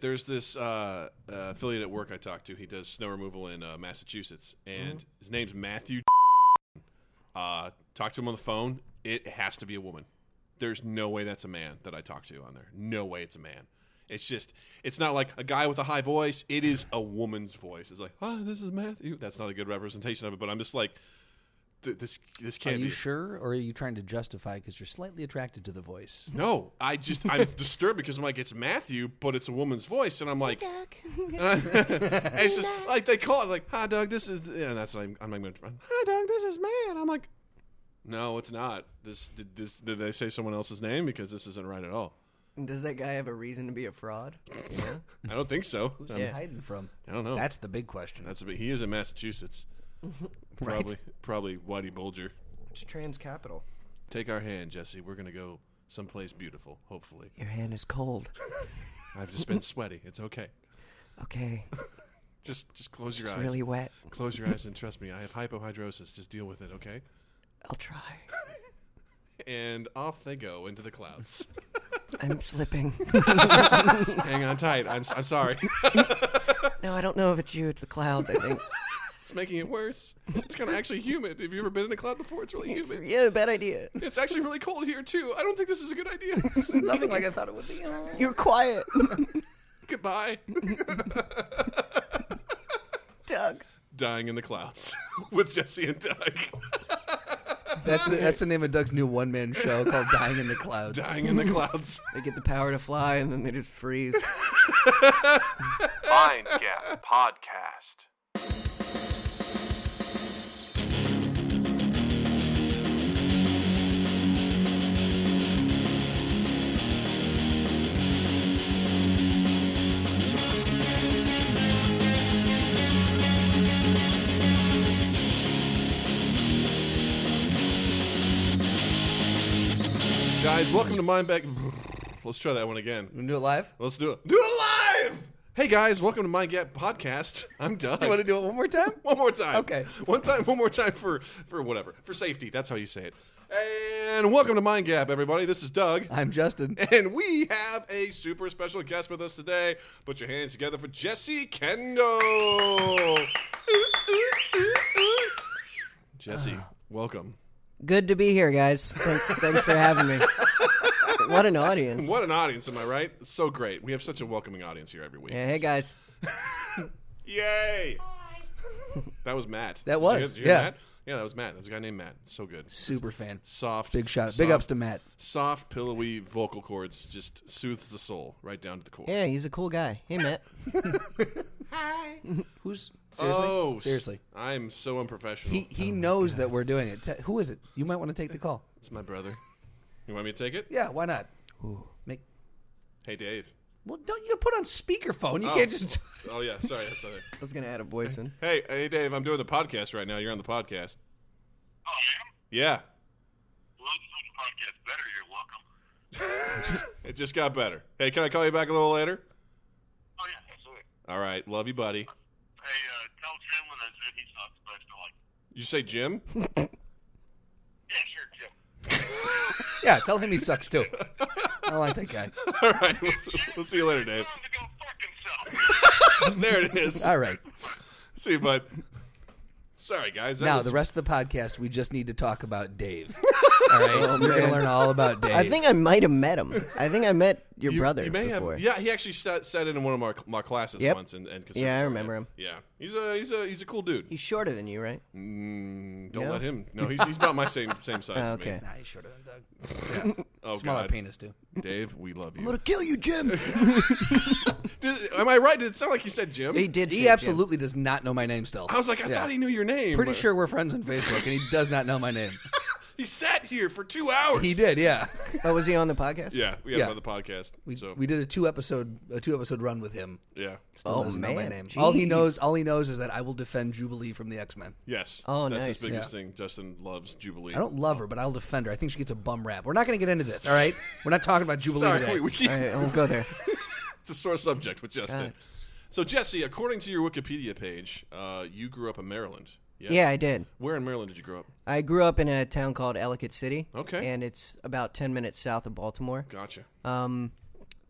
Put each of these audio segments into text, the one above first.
There's this uh, uh, affiliate at work I talked to. He does snow removal in uh, Massachusetts, and Mm-hmm. his name's Matthew. Uh, talked to him on the phone. It has to be a woman. There's no way that's a man that I talked to on there. No way it's a man. It's just, it's not like a guy with a high voice. It is a woman's voice. It's like, oh, this is Matthew. That's not a good representation of it, but I'm just like, th- this this Are can't you be. sure, or are you trying to justify because you're slightly attracted to the voice? No, I just I'm disturbed because I'm like it's Matthew, but it's a woman's voice, and I'm like, it's just like they call it like, "Hi, Doug, this is," and that's what I'm, I'm going to. Hi, Doug, this is man. I'm like, no, it's not. This did, this did they say someone else's name because this isn't right at all. Does that guy have a reason to be a fraud? I don't think so. Who's he hiding from? I don't know. That's the big question. That's a bit, he is in Massachusetts. Probably probably Whitey Bulger. It's trans capital. Take our hand, Jesse. We're gonna go someplace beautiful. Hopefully, Your hand is cold. I've just been sweaty. It's okay. Okay, Just just close your it's eyes. really wet. Close your eyes and trust me. I have hypohidrosis. Just deal with it, okay? I'll try. And off they go into the clouds. I'm slipping. Hang on tight. I'm, s- I'm sorry. No, I don't know if it's you. It's the clouds. I think. it's making it worse. It's kind of actually humid. Have you ever been in a cloud before? It's really humid. yeah, bad idea. It's actually really cold here, too. I don't think this is a good idea. Nothing like I thought it would be. You're quiet, Goodbye. Doug. Dying in the clouds with Jesse and Doug. That's the, that's the name of Doug's new one man show called Dying in the Clouds. Dying in the clouds. They get the power to fly, and then they just freeze. Mind Gap Podcast. Guys, welcome to Mind Back. Let's try that one again. You want to do it live? Let's do it. Do it live! Hey, guys, welcome to Mind Gap Podcast. I'm Doug. You want to do it one more time? One more time. Okay. One time. One more time for for whatever for safety. That's how you say it. And welcome to Mind Gap, everybody. This is Doug, I'm Justin. and we have a super special guest with us today. Put your hands together for Jesse Kendall. Jesse, Uh. welcome. Good to be here, guys. Thanks, thanks for having me. What an audience. What an audience, am I right? It's so great. We have such a welcoming audience here every week. Yeah, hey guys. Yay! That was Matt. That Did you was, hear- did you hear yeah. Matt? Yeah, that was Matt. That was a guy named Matt. So good. Super fan. Soft. Big shout. soft- Big ups to Matt. soft, pillowy vocal cords just soothes the soul right down to the core. Yeah, he's a cool guy. Hey, Matt. Who's seriously? Oh, s- seriously. I'm so unprofessional. He he knows that we're doing it. Te- who is it? You might want to take the call. it's my brother. You want me to take it? Yeah, why not? Make Hey, Dave. well, don't you put on speakerphone? You can't just. Oh yeah, sorry, sorry. I was gonna add a voice in. Hey, hey, Dave. I'm doing the podcast right now. You're on the podcast. Oh, man. Yeah, Love the fucking podcast better. You're welcome. it just got better. Hey, can I call you back a little later? Oh, yeah, absolutely. All right, love you, buddy. Hey, uh, tell Jim when I said he sucks, but I still like, You say Jim? yeah, sure, Jim. Yeah, tell him he sucks too. I like that guy. All right, we'll, we'll see you later, Dave. Tell him to go fuck himself. there it is. All right. See you, bud. Sorry, guys. That Now was- the rest of the podcast, we just need to talk about Dave. All right, Oh, we're gonna learn all about Dave. I think I might have met him. I think I met your You- brother You may before. have. Yeah, he actually sat, sat in one of our, my classes Yep. once. And, and Yeah, I conservatory. remember him. Yeah, he's a he's a he's a cool dude. He's shorter than you, right? Mm, don't No? let him. No, he's, he's about my same same size. Ah, as me. okay. I should have done. Oh Smaller God, penis too. Dave, we love you. kill you, Jim. Did- am I right? Did it sound like he said Jim? He did. say he Jim. absolutely does not know my name still. I was like, I Yeah. thought he knew your name. Pretty but- sure we're friends on Facebook, and he does not know my name. he sat here for two hours. He did, yeah. Oh, was he on the podcast? Yeah, we had Yeah. him on the podcast. We, so we did a two episode a two episode run with him. yeah, Still Oh, doesn't know my man. name. All he Jeez. knows, all he knows is that I will defend Jubilee from the X Men. yes. Oh, that's nice. his biggest Yeah. thing. Justin loves Jubilee. I don't love her, but I'll defend her. I think she gets a bum rap. We're not going to get into this, all right? We're not talking about Jubilee Sorry, today. we- we keep- All right, I won't go there. it's a sore subject with Justin. God. So Jesse, according to your Wikipedia page, uh, you grew up in Maryland. Yes? Yeah, I did. Where in Maryland did you grow up? I grew up in a town called Ellicott City. Okay. Uh, And it's about ten minutes south of Baltimore. Gotcha. Um,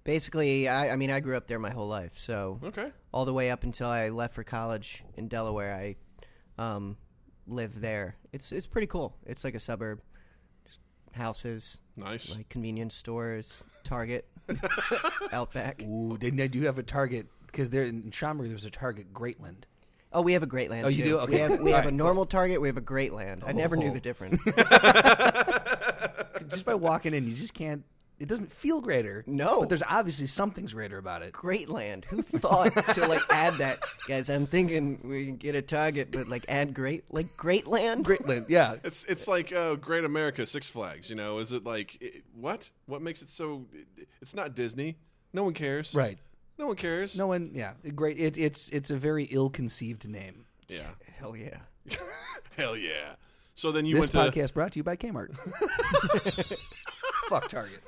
Basically, I, I mean, I grew up there my whole life, so Okay. all the way up until I left for college in Delaware, I um, lived there. It's it's pretty cool. It's like a suburb, just houses, Nice. like convenience stores, Target, Outback. Ooh, didn't I do have a Target? Because there in Schaumburg, there was a Target Greatland. Oh, we have a Great Land. Oh, you too. do? Okay. We have, we All have right, a normal Target. We have a Great Land. I never Oh. knew the difference. Just by walking in, you just can't. It doesn't feel greater. No. but there's obviously something's greater about it. Great Land. Who thought to like add that, guys? I'm thinking we can get a Target, but like add Great, like Great Land. Greatland, yeah. It's it's like uh, Great America, Six Flags. You know, is it like it, what? What makes it so? It's not Disney. No one cares. Right. No one cares. No one, yeah. Great. It, it's it's a very ill-conceived name. Yeah. Hell yeah. Hell yeah. So then you This went to podcast brought to you by Kmart. Fuck Target.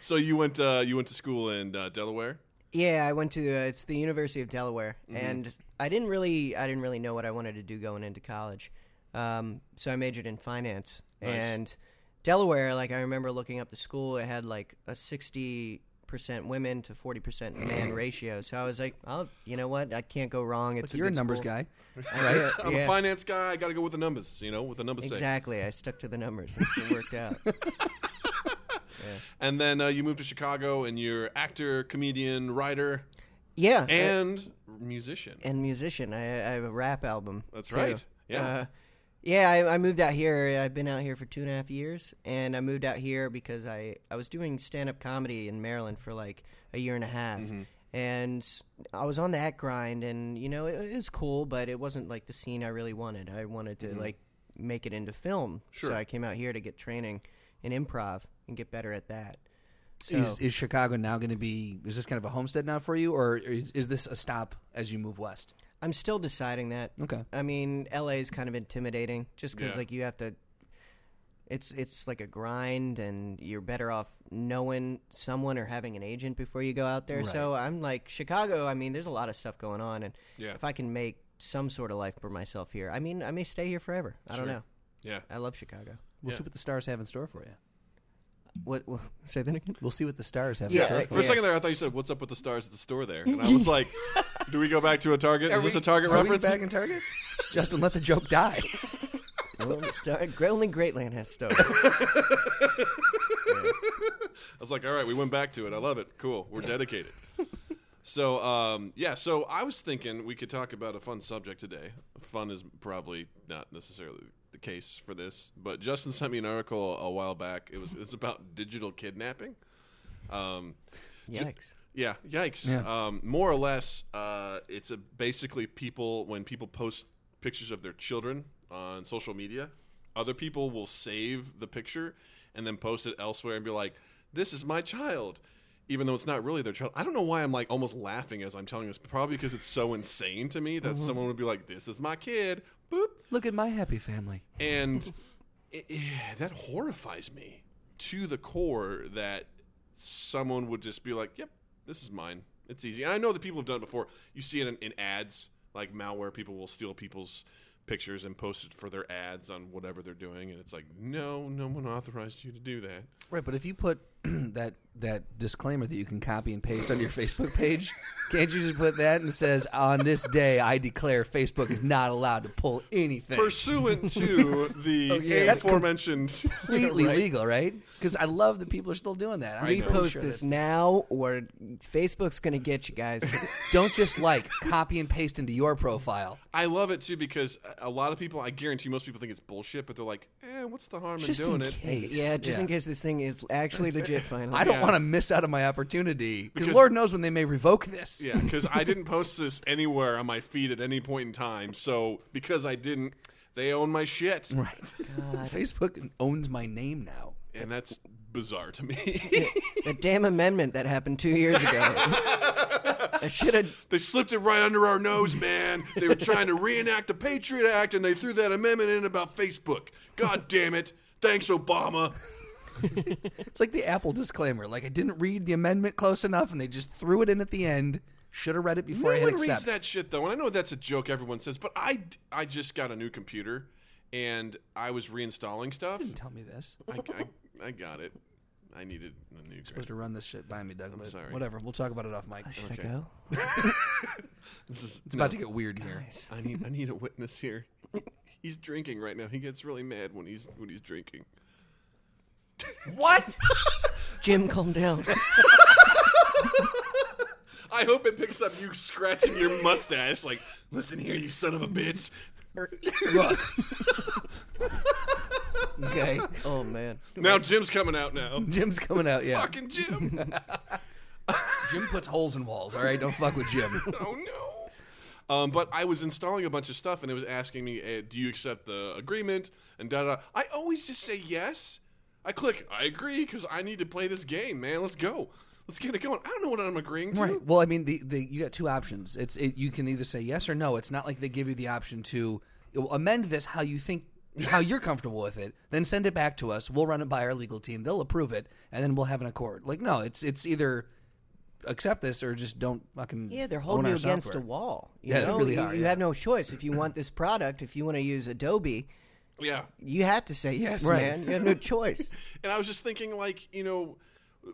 so you went uh, you went to school in uh, Delaware. Yeah, I went to uh, it's the University of Delaware, Mm-hmm. and I didn't really I didn't really know what I wanted to do going into college, um, so I majored in finance. And Delaware, like I remember looking up the school, it had like a sixty percent women to forty percent man ratio. So I was like, oh, you know what? I can't go wrong. It's You're a good numbers school. guy. Yeah, I'm yeah. a finance guy. I got to go with the numbers. You know what the numbers say. Exactly. I stuck to the numbers. and It worked out. And then uh, you moved to Chicago, and you're actor, comedian, writer, Yeah. Uh, and musician. and musician. I, I have a rap album. That's too. right. Yeah. Uh, yeah, I, I moved out here. I've been out here for two and a half years, and I moved out here because I, I was doing stand up comedy in Maryland for like a year and a half. Mm-hmm. And I was on that grind, and you know, it, it was cool, but it wasn't like the scene I really wanted. I wanted to like make it into film. Mm-hmm. Sure. So I came out here to get training in improv and get better at that. So, Is, is Chicago now going to be? Is this kind of a homestead now for you, or is, is this a stop as you move west? I'm still deciding that. Okay. I mean, LA is kind of intimidating just because Yeah. like you have to. It's it's like a grind, and you're better off knowing someone or having an agent before you go out there. So I'm like Chicago. I mean, there's a lot of stuff going on, and Yeah. if I can make some sort of life for myself here, I mean, I may stay here forever. I don't know. yeah. uh, I love Chicago. We'll Yeah. see what the stars have in store for you. What, what say that again? We'll see what the stars have Yeah. in store For for a you. second there, I thought you said, "What's up with the stars at the store?" There, and I was like, "Do we go back to a Target? Is this a Target Are we reference?" back in Target? Justin, let the joke die. Only Star- only Greatland has stuff. I was like, all right, we went back to it. I love it. Cool. We're dedicated. so, um, yeah, so I was thinking we could talk about a fun subject today. Fun is probably not necessarily the case for this, but Justin sent me an article a while back. It was it's about digital kidnapping. Um, Yikes! yeah, yikes. Yeah. Um, more or less, uh, it's a basically people when people post pictures of their children on social media, other people will save the picture and then post it elsewhere and be like, "This is my child." Even though it's not really their child, I don't know why I'm like almost laughing as I'm telling this. Probably because it's so insane to me that someone would be like, "This is my kid," boop, Look at my happy family. and it, eh, that horrifies me to the core that someone would just be like, "Yep, this is mine. It's easy." And I know that people have done it before. You see it in, in ads, like malware. People will steal people's pictures and post it for their ads on whatever they're doing, and it's like, no, no one authorized you to do that. Right, but if you put that that disclaimer that you can copy and paste on your Facebook page, can't you just put that and says, "On this day, I declare Facebook is not allowed to pull anything." Pursuant to the Oh, That's com- aforementioned, Completely legal, right? Because I love that people are still doing that. I'm Right. pretty Repost sure this that's- now, or Facebook's gonna get you guys. Don't just like copy and paste into your profile. I love it too because a a lot of people, I guarantee, most people think it's bullshit, but they're like, "Eh, what's the harm Just in doing in it?" case. yeah, Uh, just in case this thing is actually legit. Finally, I don't Yeah. want to miss out on my opportunity because Because- Lord knows when they may revoke this. Yeah, because I didn't post this anywhere on my feed at any point in time. So because I didn't, they own my shit, Right. Facebook owns my name now. and that's bizarre to me. The damn amendment that happened two years ago. I should have. they slipped it right under our nose, man. They were trying to reenact the Patriot Act, and they threw that amendment in about Facebook. God damn it! Thanks, Obama. It's like the Apple disclaimer. Like I didn't read the amendment close enough, and they just threw it in at the end. Should have read it before No I one hit reads accept. that shit though, and I know that's a joke everyone says, but I d- I just got a new computer, and I was reinstalling stuff. Tell me this. I, I, I got it. I needed a new grade. supposed to run this shit by me, Doug. but sorry. Whatever. We'll talk about it off mic. Should Okay. I go? This is, It's about to get weird in here. I need I need a witness here. he's drinking right now. He gets really mad when he's when he's drinking. What? Jim, calm down. I hope it picks up you scratching your mustache. Like, listen here, you son of a bitch. Look. okay. oh man. Now Jim's coming out now. Jim's coming out. Yeah. Fucking Jim. Jim puts holes in walls. All right. Don't fuck with Jim. oh no. Um, but I was installing a bunch of stuff, and it was asking me, eh, "Do you accept the agreement?" And da da. I always just say yes. I click, I agree, because I need to play this game, man. Let's go. Let's get it going. I don't know what I'm agreeing to. Right. Well, I mean, the, the you got two options. It's it, you can either say yes or no. It's not like they give you the option to amend this how you think how you're comfortable with it. Then send it back to us. We'll run it by our legal team. They'll approve it, and then we'll have an accord. Like no, it's it's either accept this or just don't fucking Yeah, they're own holding our you against software. a wall. You Yeah, they know? really you, are, you yeah. have no choice. If you want this product, if you want to use Adobe, Yeah. you have to say yes, Right. man. You have no choice. And I was just thinking, like, you know,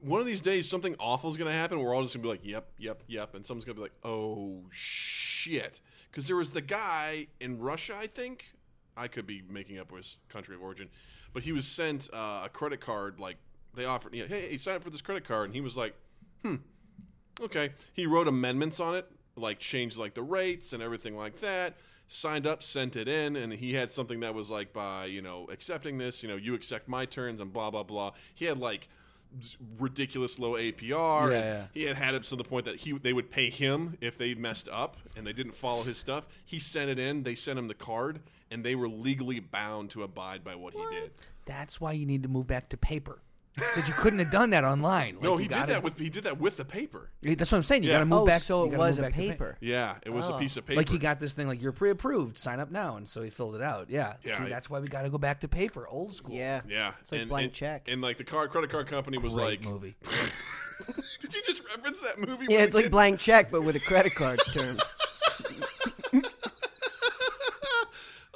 one of these days something awful is going to happen. We're all just going to be like, yep, yep, yep. And someone's going to be like, oh, shit. Because there was the guy in Russia, I think. I could be making up his country of origin. But he was sent uh, a credit card. Like, they offered, yeah, hey, hey, sign up for this credit card. And he was like, Okay. He wrote amendments on it, like changed like the rates and everything like that. Signed up, sent it in, and he had something that was like by you know accepting this, you know you accept my terms and blah blah blah. He had like s- ridiculous low APR. Yeah, and yeah. He had had it to the point that he they would pay him if they messed up and they didn't follow his stuff. He sent it in. They sent him the card, and they were legally bound to abide by what, he did. That's why you need to move back to paper because you couldn't have done that online. Like, No, you he did gotta- that with he did that with the paper. That's what I'm saying. You got to move oh, back. so you it gotta was move a back to paper. Yeah, it was a piece of paper. Oh. Like he got this thing like you're pre-approved, sign up now, and so he filled it out. Yeah, Yeah, see, I- that's why we got to go back to paper, old school. Yeah. Yeah, It's like blank check. And like the card credit card company was Great like, movie. "Did you just reference that movie?" yeah, when it's like it- blank check, but with a credit card terms.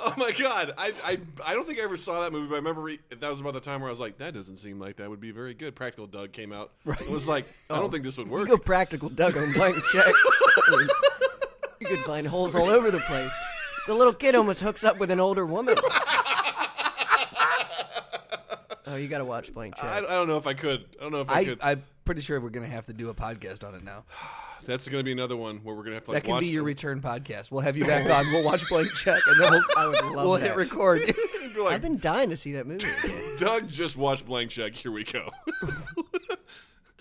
oh my god, I, I I don't think I ever saw that movie, but I remember re- that was about the time where I was like, "That doesn't seem like that would be very good." Practical Doug came out. Right. was like, "I don't think this would work." Oh. You go practical, Doug, on blank check. I mean, you could find holes all over the place. The little kid almost hooks up with an older woman. oh, you got to watch blank I, I check. don't know if I could. I don't know if I, I, could. I'm pretty sure we're gonna have to do a podcast on it now. That's going to be another one where we're going to have to like That can watch be your the- return podcast. We'll have you back on. We'll watch blank check, and then we'll, I would love we'll that. hit record. and be like, I've been dying to see that movie. again. Doug just watched Blank Check. Here we go.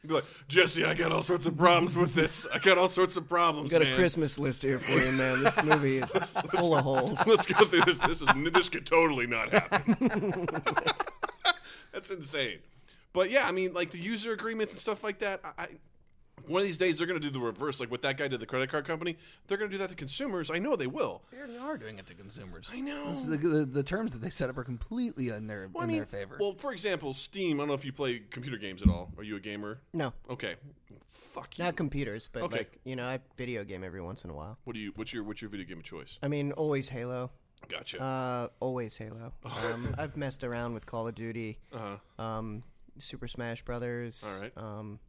be like, Jesse, I got all sorts of problems with this. I got all sorts of problems. Got a man. Christmas list here for you, man. This movie is full of holes. Let's go through this. This is this could totally not happen. That's insane. But yeah, I mean, like the user agreements and stuff like that. I, I one of these days they're going to do the reverse. Like what that guy did to the credit card company, they're going to do that to consumers. I know they will. they are doing it to consumers. I know. The, the, the terms that they set up are completely in their Well, I in mean, their favor. well, for example, Steam. I don't know if you play computer games at all. Are you a gamer? No, Okay. Fuck you. not computers, but Okay. like you know, I video game every once in a while. what do you? What's your? What's your video game of choice? I mean, always Halo. Gotcha. Uh, always Halo. Um, I've messed around with Call of Duty, um, Super Smash Brothers. all right. Um,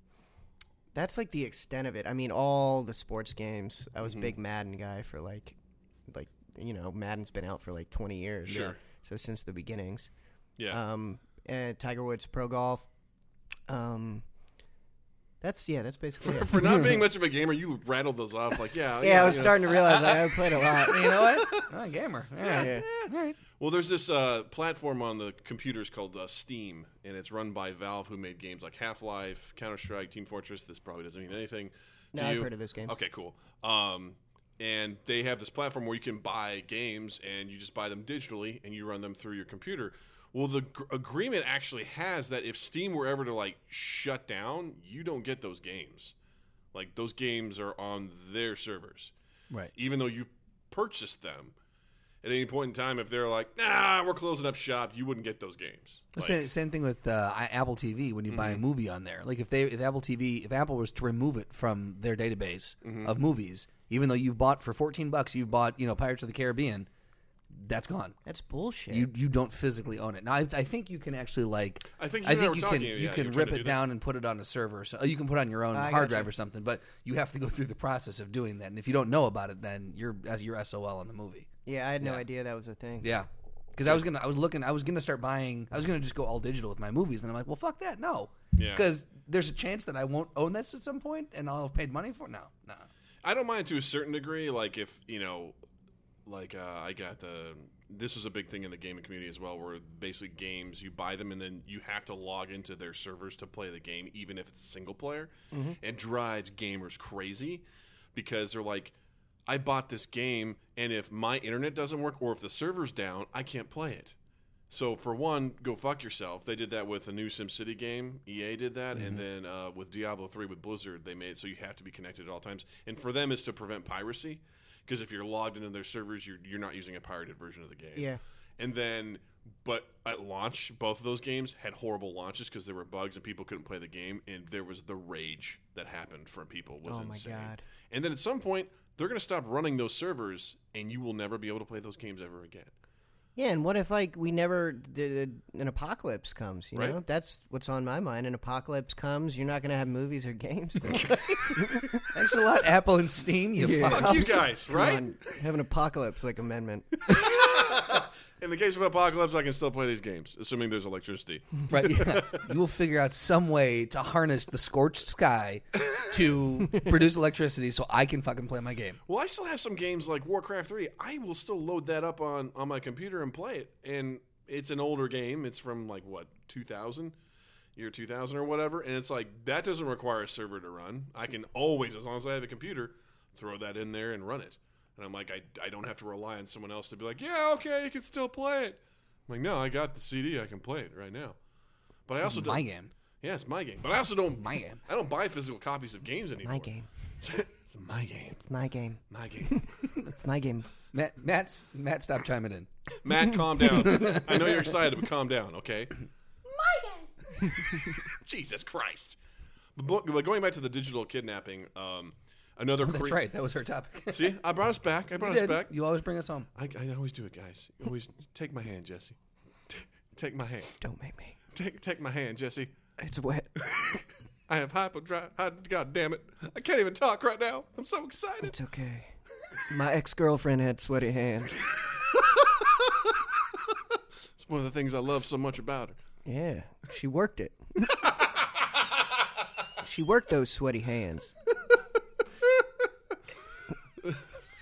that's like the extent of it. I mean, all the sports games. I was a big Madden guy for like, like you know, Madden's been out for like twenty years. Sure. So since the beginnings. yeah. Um, and Tiger Woods Pro Golf. Um, that's yeah. That's basically it. for not being much of a gamer, you rattled those off like, yeah. Yeah, I was you know. starting to realize like, I played a lot. you know what? I'm a gamer. All right. Yeah. Well, there's this uh, platform on the computers called uh, Steam, and it's run by Valve, who made games like Half Life, Counter Strike, Team Fortress. This probably doesn't mean anything. to No, I've you. heard of those games. Okay, cool. Um, and they have this platform where you can buy games, and you just buy them digitally, and you run them through your computer. Well, the gr- agreement actually has that if Steam were ever to like shut down, you don't get those games. Like those games are on their servers Right. even though you purchased them at any point in time if they're like nah we're closing up shop you wouldn't get those games Well, Like, Mm-hmm. same, same thing with uh, I- Apple TV when you buy a movie on there. Like if they if Apple TV if Apple was to remove it from their Mm-hmm. database of movies, even though you've bought for fourteen bucks, you've bought you know Pirates of the Caribbean, that's gone. That's bullshit. You you don't physically own it. Now I, I think you can actually like I think you and I were you talking, can yeah, you you can were trying rip to it do that. down and put it on a server. So you can put it on your own I hard gotcha. drive or something, but you have to go through the process of doing that. And if you don't know about it, then you're you're SOL on the movie. yeah, I had no idea that was a thing. Yeah. Because I was gonna, I was looking, I was gonna start buying, I was gonna just go all digital with my movies, and I'm like, well, fuck that, no, Yeah. because there's a chance that I won't own this at some point, and I'll have paid money for it. No, no, I don't mind to a certain degree. Like if you know, like uh, I got the this was a big thing in the gaming community as well, where basically games you buy them and then you have to log into their servers to play the game, even if it's single player. It drives gamers crazy because they're like, I bought this game, and if my internet doesn't work or if the server's down, I can't play it. So for one, go fuck yourself. They did that with a new SimCity game. EA did that, and Mm-hmm. then uh, with Diablo three with Blizzard, they made it so you have to be connected at all times. And for them, is to prevent piracy, because if you're logged into their servers, you're you're not using a pirated version of the game. Yeah. And then, but at launch, both of those games had horrible launches because there were bugs and people couldn't play the game, and there was the rage that happened from people was Oh my insane. God. And then at some point, they're going to stop running those servers, and you will never be able to play those games ever again. Yeah, and what if like we never did an apocalypse comes? You Right. know, that's what's on my mind. An apocalypse comes, you're not going to have movies or games. to- thanks a lot, Apple and Steam, you fuck. Fuck you guys, Come right? on, have an apocalypse like amendment. In the case of apocalypse, I can still play these games, assuming there's electricity. right? Yeah. you will figure out some way to harness the scorched sky to produce electricity, so I can fucking play my game. Well, I still have some games like Warcraft 3. I will still load that up on, on my computer and play it. And it's an older game. It's from like, what, 2000? Year 2000 or whatever. And it's like, that doesn't require a server to run. I can always, as long as I have a computer, throw that in there and run it. And I'm like, I, I don't have to rely on someone else to be like, yeah, okay, you can still play it. I'm like, no, I got the CD. I can play it right now. But I also It's my don't, game. Yeah, it's my game. But I also don't My game. I don't buy physical copies of games anymore. My game. it's my game. It's my game. My game. It's my game. Matt, Matt's Matt, stop chiming in. Matt, calm down. I know you're excited, but calm down, okay? My game. Jesus Christ. But, bo- but going back to the digital kidnapping, um, another. Oh, That's crea- right. That was her topic. See, I brought us back. I brought us Dad, back. You always bring us home. I, I always do it, guys. You always take my hand, Jesse. T- take my hand. Don't make me. Take take my hand, Jesse. It's wet. I have hyperdrive. hy- God damn it! I can't even talk right now. I'm so excited. It's okay. My ex girlfriend had sweaty hands. It's one of the things I love so much about her. Yeah, she worked it. she worked those sweaty hands.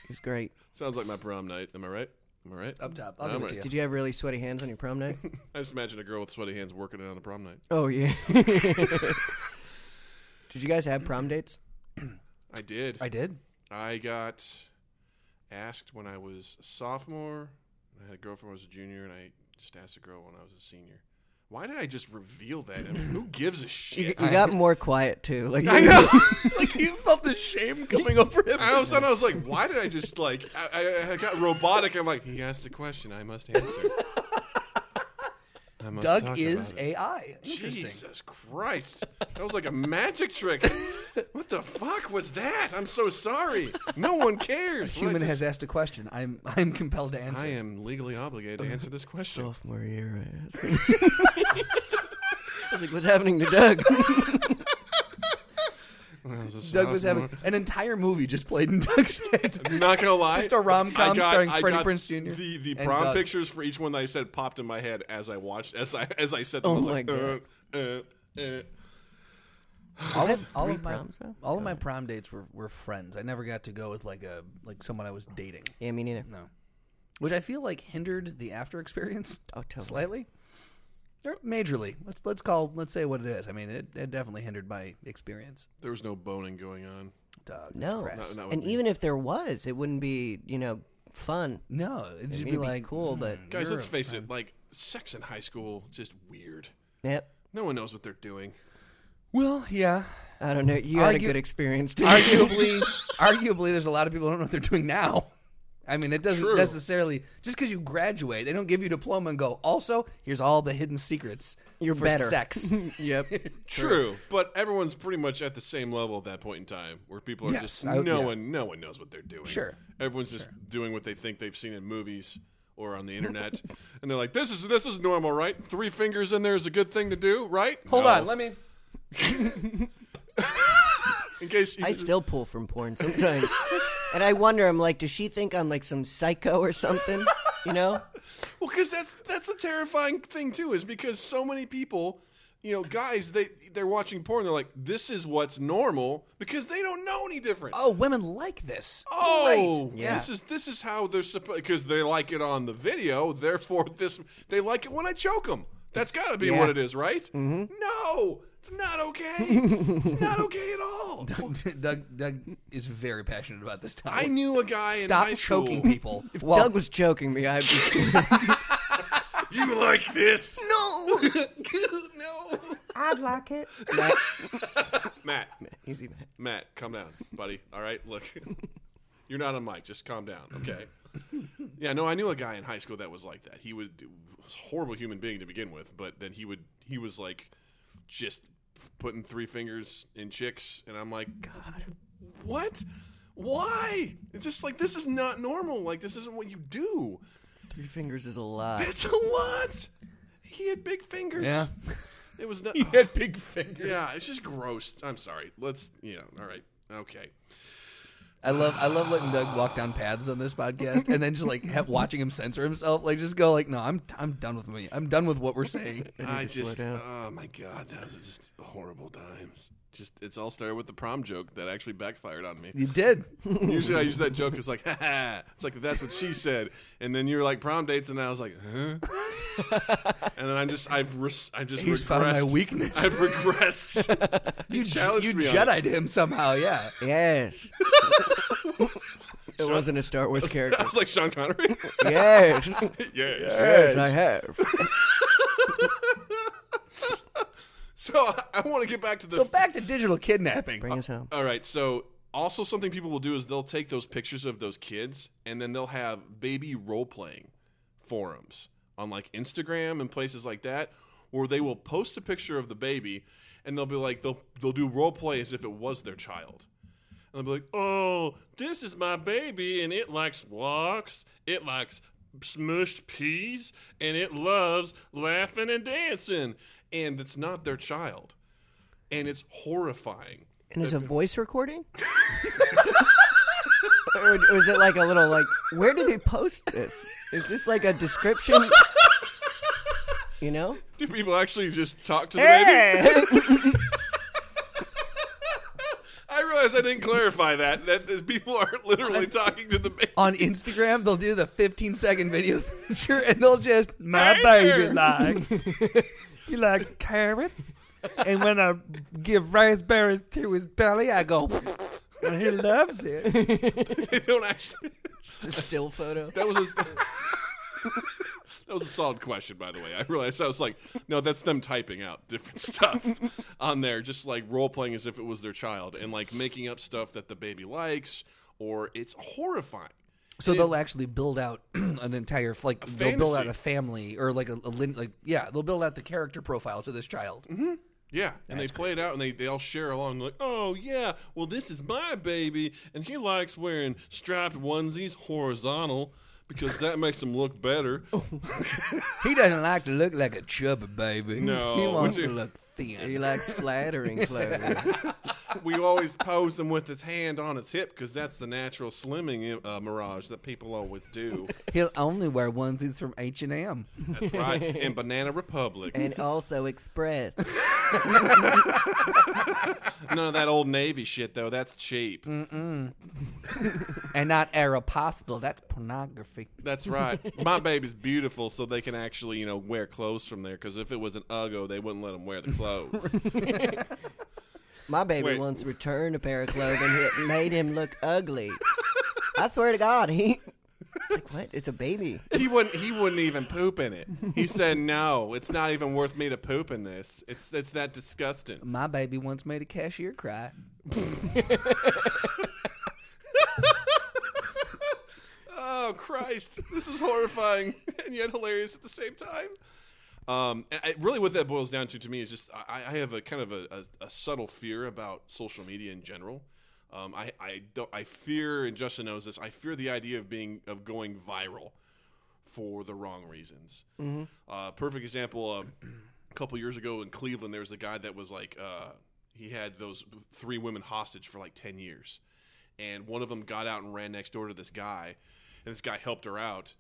She's great. Sounds like my prom night. Am I right? Am I right? Up top. I'll I'm give it to right. you. Did you have really sweaty hands on your prom night? I just imagine a girl with sweaty hands working it on a prom night. Oh yeah. Did you guys have prom dates? I did. I did. I got asked when I was a sophomore. I had a girlfriend when I was a junior, and I just asked a girl when I was a senior. Why did I just reveal that? I mean, who gives a You, shit? you got more quiet too. Like I know. like you felt the shame coming over him. I all of a sudden I was like, why did I just like? I, I, I got robotic. I'm like, he asked a question, I must answer. I must talk Doug about is it. AI. Interesting. Jesus Christ. That was like a magic trick. What the fuck was that? I'm so sorry. No one cares. What I Human has just- asked a question. I'm I'm compelled to I answer. am legally obligated to answer this question. sophomore year. I asked. I was like, "What's happening to Doug?" When I was a Doug was sophomore- having an entire movie just played in Doug's head. I'm not gonna lie. Just a rom-com I got- starring I Freddie got Prinze Jr. The the and prom Doug. pictures for each one that I said popped in my head as I watched as I as I said them. Oh I was my like, God. Uh, uh, uh. all of, all three of my proms, though? all of my prom dates were, were friends. I never got to go with like a like someone I was dating. yeah, me neither. No, which I feel like hindered the after experience Oh, totally. slightly. Or majorly. Let's let's call let's say what it is. I mean, it, it definitely hindered my experience. There was no boning going on. Doug, that's No, crass. Not- not with and me. even if there was, it wouldn't be you know fun. no, it'd just be, It'd be like cool, but "Mm, Guys, you're let's a face it, like sex in high school just weird. yep. No one knows what they're doing. Well, yeah. I don't know. You had a Argu- good experience. Too. Arguably, arguably, there's a lot of people who don't know what they're doing now. I mean, it doesn't True. necessarily just because you graduate, they don't give you a diploma and go. Also, here's all the hidden secrets. You're for better." sex. yep. True, but everyone's pretty much at the same level at that point in time, where people are Yes, just I- no yeah. one, no one knows what they're doing. Sure. everyone's just doing what they think they've seen in movies or on the internet, and they're like, "This is this is normal, right? Three fingers in there is a good thing to do, right?" Hold No. on, let me. in case you, I still pull from porn sometimes. and I wonder, I'm like, does she think I'm like some psycho or something? You know? Well, because that's that's a terrifying thing too, is because so many people, you know, guys, they they're watching porn. They're like, this is what's normal because they don't know any different. Oh, women like this. Oh, Yeah. this is this is how they're supposed because they like it on the video. Therefore, this they like it when I choke them. That's got to be Yeah. what it is, right? Mm-hmm. No, it's not okay. it's not okay at all. Doug, Doug is very passionate about this I topic. knew a guy Stop in high school. choking people. Well, Doug was joking me. I'd be You like this? no. no, I'd like it. Matt. Easy man. Matt, calm down, buddy. All right, look, you're not on mic. Just calm down, okay? Yeah, no, I knew a guy in high school that was like that. He was, was a horrible human being to begin with, but then he would he was like just putting three fingers in chicks, and I'm like, God, what? Why? It's just like this is not normal. Like this isn't what you do. Three fingers is a lot. It's a lot. He had big fingers. yeah. it was not. big fingers. yeah, it's just gross. I'm sorry. Let's, you know, all right, okay. I love I love letting Doug walk down paths on this podcast, and then just like ha- watching him censor himself. Like just go like, no, I'm I'm done with me. I'm done with what we're saying. I to slow just, down. oh my god, that was just horrible times. Just, it's all started with the prom joke that actually backfired on me. You did. Usually, I use that joke as like, ha ha. It's like that's what she said, and then you're like prom dates, and I was like, huh. and then I'm just, I've, res- I've just He's regressed. found my weakness. I've regressed. you challenged you me on it. Jedi'd him somehow. Yeah. Yes. it wasn't a Star Wars I character. was like Sean Connery. Yes. yes. Yes, I have. So I, I want to get back to the. So back to digital kidnapping. Bring us home. All right. So also something people will do is they'll take those pictures of those kids and then they'll have baby role playing forums on like Instagram and places like that where they will post a picture of the baby and they'll be like they'll they'll do role play as if it was their child. And they'll be like, "Oh, this is my baby and it likes blocks. It likes smushed peas and it loves laughing and dancing." And it's not their child. And it's horrifying. And is a voice recording? or, or is it like a little like where do they post this? Is this like a description? you know? Do people actually just talk to the baby? Hey. I realize I didn't clarify that. That that people aren't literally talking to the baby. On Instagram, they'll do the 15 second video feature, and they'll just My baby likes. He likes carrots. And when I give raspberries to his belly. I go. to he loves it. They don't actually. It's a still photo. That was a. That was a solid question, by the way. I realized I was like, no, that's them typing out different stuff on there, just like role playing as if it was their child and like making up stuff that the baby likes, or it's horrifying. So they'll actually build out an entire like they'll build out fantasy. a family or like a, a lin- like yeah they'll build out the character profile to this child. Yeah, and they play it out, and they, they all share along, like, oh, yeah, well, this is my baby, and he likes wearing striped onesies horizontal because that makes him look better. He doesn't like to look like a chubby baby. No, he wants we to do. look thin. He likes flattering clothes. we always pose him with his hand on his hip because that's the natural slimming uh, mirage that people always do. He'll only wear onesies from H and M. That's right, in Banana Republic. and also express. None of that old Navy shit, though, that's cheap. and not Aeropostale. That's pornography. That's right. My baby's beautiful, so they can actually, you know, wear clothes from there. Because if it was an Uggo, they wouldn't let him wear the clothes. My baby Wait. once returned a pair of clothing that made him look ugly. I swear to God, he. It's like, what? It's a baby. he wouldn't. He wouldn't even poop in it. He said, "No, it's not even worth me to poop in this. It's it's that disgusting." My baby once made a cashier cry. Oh Christ, this is horrifying and yet hilarious at the same time. Um, and I, really, what that boils down to to me is just I, I have a kind of a, a, a subtle fear about social media in general. Um, I I don't I fear, and Justin knows this. I fear the idea of being of going viral for the wrong reasons. Uh, perfect example. Um, a couple years ago in Cleveland, there was a guy that was like uh, he had those three women hostage for like ten years, and one of them got out and ran next door to this guy, and this guy helped her out,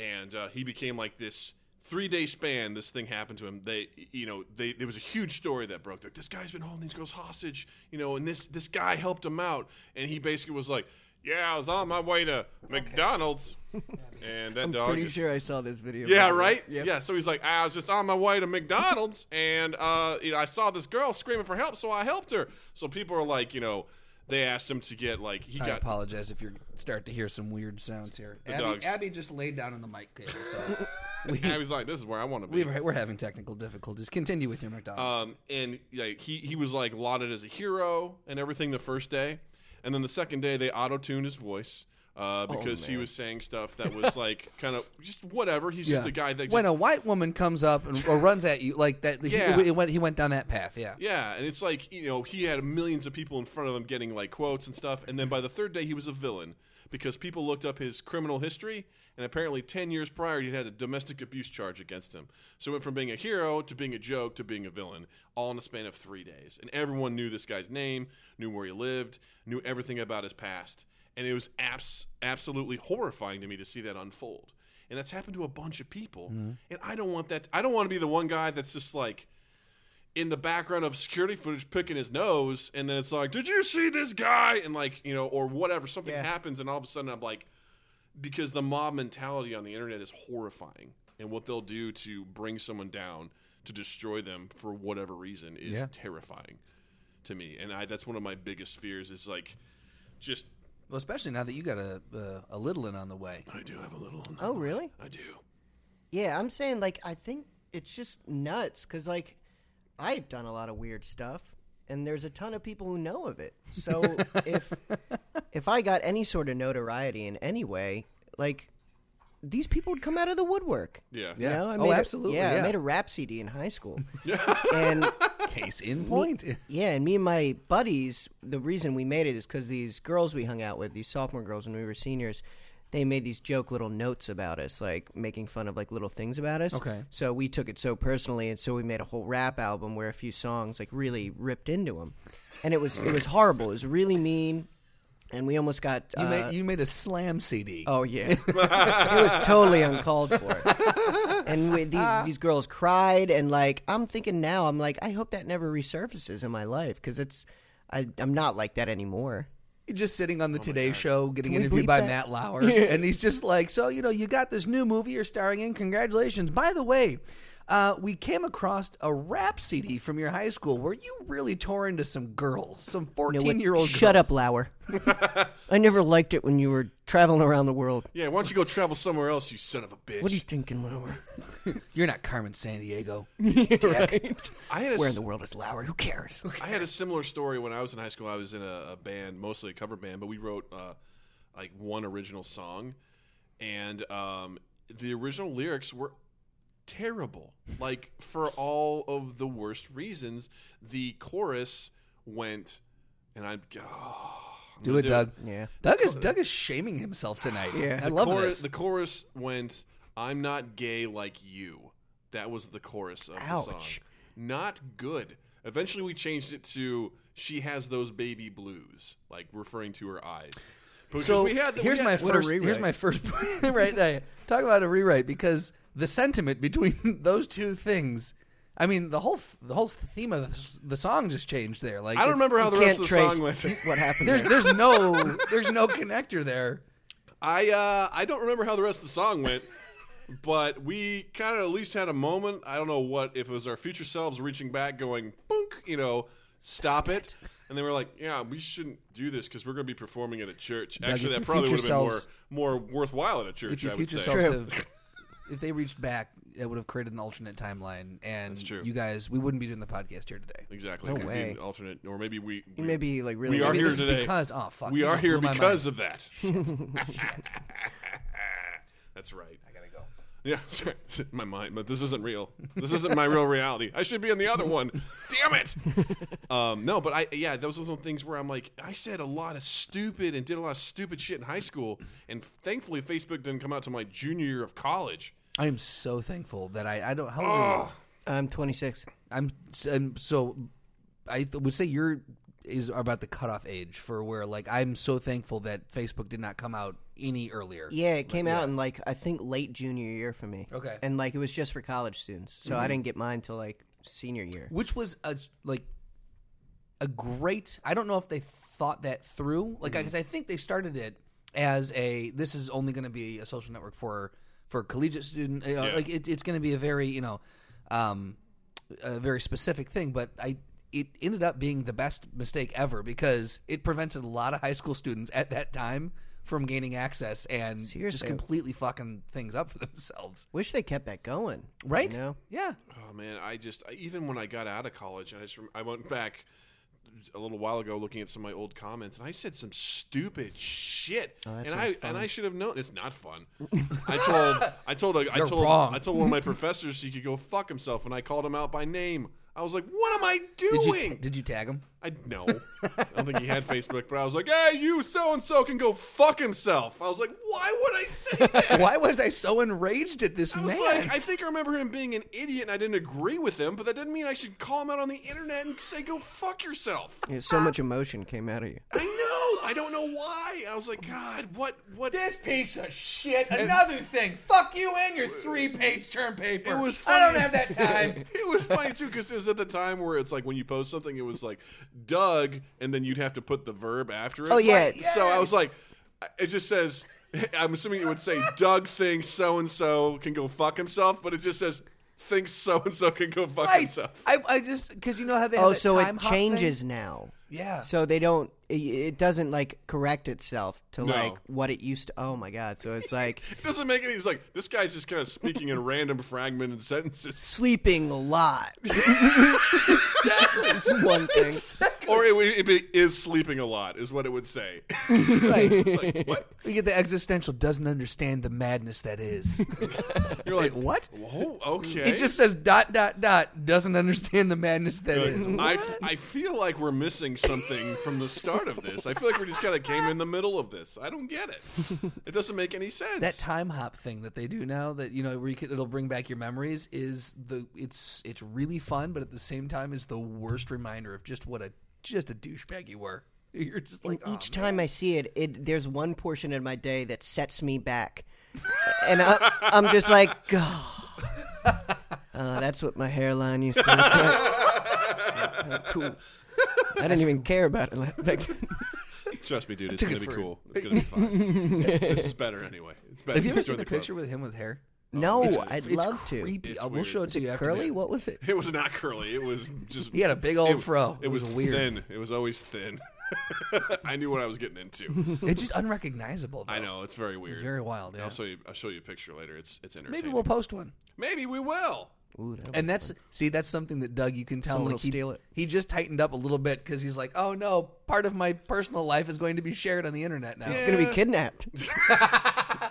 and uh, he became like this. Three day span, this thing happened to him. They, you know, they there was a huge story that broke. Like, this guy's been holding these girls hostage, you know, and this this guy helped him out, and he basically was like, "Yeah, I was on my way to McDonald's, and that dog Pretty is- sure I saw this video. yeah, by the way. right. Yep. Yeah. So he's like, "Ah, I was just on my way to McDonald's, and uh, you know, I saw this girl screaming for help, so I helped her. So people are like, you know, they asked him to get like he I got apologize if you start to hear some weird sounds here. Abby, dogs. Abby just laid down on the mic cable, so we, and he's like, this is where I want to be. we, we're having technical difficulties. Continue with your McDonald's. Um, and like he he was like lauded as a hero and everything the first day, and then the second day they auto tuned his voice. Uh, because he was saying stuff that was like kind of just whatever. He's just a guy that just when a white woman comes up and, or runs at you like that, he- Yeah. he, went, he went down that path. Yeah. Yeah, and it's like you know he had millions of people in front of him getting like quotes and stuff, and then by the third day he was a villain because people looked up his criminal history, and apparently ten years prior he'd had a domestic abuse charge against him. So it went from being a hero to being a joke to being a villain, all in the span of three days. And everyone knew this guy's name, knew where he lived, knew everything about his past, and it was abs- absolutely horrifying to me to see that unfold. And that's happened to a bunch of people, and I don't want that. I don't want to be the one guy that's just like in the background of security footage picking his nose, and then it's like, "Did you see this guy?" And like, you know, or whatever. Something happens, and all of a sudden, I'm like, because the mob mentality on the internet is horrifying, and what they'll do to bring someone down, to destroy them for whatever reason, is Yeah. terrifying to me. And I, that's one of my biggest fears. Is like, just Well, especially now that you got a uh, a little in on the way. I do have a little. Oh, really? I do. Yeah, I'm saying like I think it's just nuts because like I've done a lot of weird stuff, and there's a ton of people who know of it. So if if I got any sort of notoriety in any way, like these people would come out of the woodwork. Yeah. You Yeah. know, I Oh, made a- absolutely, yeah, yeah. I made a rap CD in high school, and Case in point. yeah, and me and my buddies, the reason we made it is because these girls we hung out with, these sophomore girls when we were seniors, they made these joke little notes about us, like making fun of like little things about us. Okay. So we took it so personally, and so we made a whole rap album where a few songs like really ripped into them, and it was it was horrible. It was really mean, and we almost got. You, uh, made, you made a slam CD. Oh yeah, it was totally uncalled for. And we, these, these girls cried, and like I'm thinking now, I'm like, I hope that never resurfaces in my life because it's, I, I'm not like that anymore. You're just sitting on the Today Show, getting Oh Can we interviewed bleep by that? Matt Lauer, and he's just like, "So you know, you got this new movie you're starring in. Congratulations! By the way, uh, we came across a rap CD from your high school where you really tore into some girls, some You know what? fourteen year old. Shut up, Lauer. I never liked it when you were traveling around the world. Yeah. Why don't you go travel somewhere else, you son of a bitch? What are you thinking, Lauer? You're not Carmen San Diego. Right? I had a Where s- in the world is Lauer? Who cares? I had a similar story when I was in high school. I was in a, a band, mostly a cover band, but we wrote uh, like one original song, and um, the original lyrics were terrible. Like for all of the worst reasons, the chorus went, and I'm. ah, I'm Do gonna it, Doug. Yeah. Doug is Doug is shaming himself tonight. Yeah, I love chorus, this. The chorus went, "I'm not gay like you." That was the chorus of the Ouch. song. Not good. Eventually, we changed it to "She has those baby blues," like referring to her eyes. Because So we had the, we here's had- my first. Here's my first point right there. Talk about a rewrite because the sentiment between those two things. I mean, the whole the whole theme of the- the song just changed there. Like I don't it's- remember how the rest Can't of the trace song went. what happened. There's There. there's no there's no connector there. I uh, I don't remember how the rest of the song went, but we kind of at least had a moment. I don't know what if it was our future selves reaching back, going "Boonk," you know, stop it, and they were like, "Yeah, we shouldn't do this because we're going to be performing at a church." Actually, that if your probably would have future been more selves- more worthwhile at a church. If your I would future say. selves have, if they reached back, it would have created an alternate timeline, and true. you guys we wouldn't be doing the podcast here today. Exactly. No way. An alternate, or maybe we, we Maybe like really. we are Maybe here this is today because- oh, fuck, we you are just here blew my because of that. That's right. I gotta go. Yeah, sorry. my mind, but this isn't real. This isn't my real reality. I should be in the other one. Damn it! Um, no, but I yeah, those were some things where I'm like, I said a lot of stupid and did a lot of stupid shit in high school, and thankfully Facebook didn't come out to my junior year of college. I am so thankful that I, I don't. How old are you? I'm 26. I'm, I'm so I th- would say you're is about the cutoff age for where like I'm so thankful that Facebook did not come out any earlier. Yeah, it came out in like I think late junior year for me. Okay. Mm-hmm. and like it was just for college students, so I didn't get mine till like senior year. which was a like a great. I don't know if they thought that through. Like, because I think they started it as a this is only going to be a social network for for collegiate student. You know, Like, it, it's going to be a very you know, um, a very specific thing. But I. It ended up being the best mistake ever because it prevented a lot of high school students at that time from gaining access and just Seriously. completely fucking things up for themselves. Wish they kept that going, Right? You know? Yeah. Oh man, I just I- even when I got out of college, I just rem- I went back a little while ago looking at some of my old comments, and I said some stupid shit, Oh, and I and I should have known it's not fun. I told I told a, I You're told wrong. I told one of my professors he could go fuck himself, and I called him out by name. I was like, "What am I doing?" Did you, did you tag him? I no, I don't think he had Facebook, but I was like, "Hey, you so and so can go fuck himself." I was like, "Why would I say that?" Why was I so enraged at this I was man? like, I think I remember him being an idiot and I didn't agree with him, but that didn't mean I should call him out on the internet and say, go fuck yourself. Yeah, so much emotion came out of you. I know. I don't know why. I was like, God, what? What? This piece of shit. Another thing. Fuck you and your three-page term paper. It was I don't funny. have that time. It was funny too because it was at the time where it's like when you post something, it was like Doug, and then you'd have to put the verb after it. Oh, yeah. Right. So I was like, it just says. I'm assuming it would say Doug thinks so and so can go fuck himself, but it just says thinks so and so can go fuck I, himself. I, I just because you know how they have Oh, that so time it hop thing? changes now. Yeah. So they don't. It, it doesn't like correct itself to No. like what it used to. Oh my god! So it's like doesn't make any. He's like, this guy's just kind of speaking in random fragmented sentences, sleeping a lot. It's one thing. or it, would- it, be- is sleeping a lot, is what it would say. like, what? We get the existential doesn't understand the madness that is. You're like, what? Whoa, okay. It just says dot dot dot doesn't understand the madness that Like, is. I, f- I feel like we're missing something from the start of this. I feel like we just kind of came in the middle of this. I don't get it. It doesn't make any sense. That time hop thing that they do now that you know where you can, it'll bring back your memories is the it's it's really fun, but at the same time is the worst reminder of just what a just a douchebag you were. You're just like "Oh, "Aw, Each time I see it, it there's one portion of my day that sets me back, and I, I'm just like, God. Uh, that's what my hairline used to look like. Uh, cool. I didn't even care about it. like- Like, Trust me, dude. It's took gonna be it for- cool. It's gonna be fine. this is better anyway. It's better. Have you ever Join seen a club. picture with him with hair? no, It's- I'd It's love to. creepy. It's Uh, we'll weird. show it Is to you after. Curly, this. what was it? It was not curly. It was just. He had a big old it- fro. It was, weird. thin. It was always thin. I knew what I was getting into. It's just unrecognizable. Though. I know it's very weird. Very wild. Yeah. I'll show you. I'll show you a picture later. It's it's entertaining. Maybe we'll post one. Maybe we will. And that's see, that's something that Doug, you can tell. Someone Like will he, steal it. he just tightened up a little bit because he's like, oh no, part of my personal life is going to be shared on the internet now. It's gonna be kidnapped.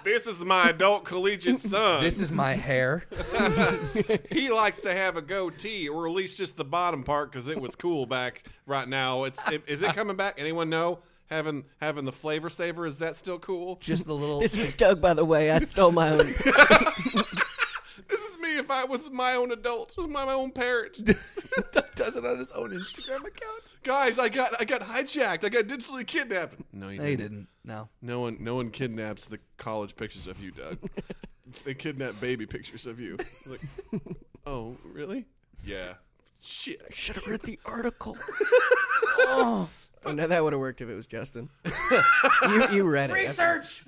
This is my adult collegiate son. This is my hair. he likes to have a goatee, or at least just the bottom part, because it was cool back. Right now, it's it, is it coming back? Anyone know? Having having the flavor saver is that still cool? Just the little. This is Doug, by the way. I stole my own. This is me if I was my own adult, was my, my own parent. Doug does it on his own Instagram account. Guys, I got I got hijacked. I got digitally kidnapped. No, you No, he didn't. No. No one no one kidnaps the college pictures of you, Doug. they kidnap baby pictures of you. Like, oh, really? Yeah. Shit. Should have read the article. oh. no, that would have worked if it was Justin. you, you read it. Research.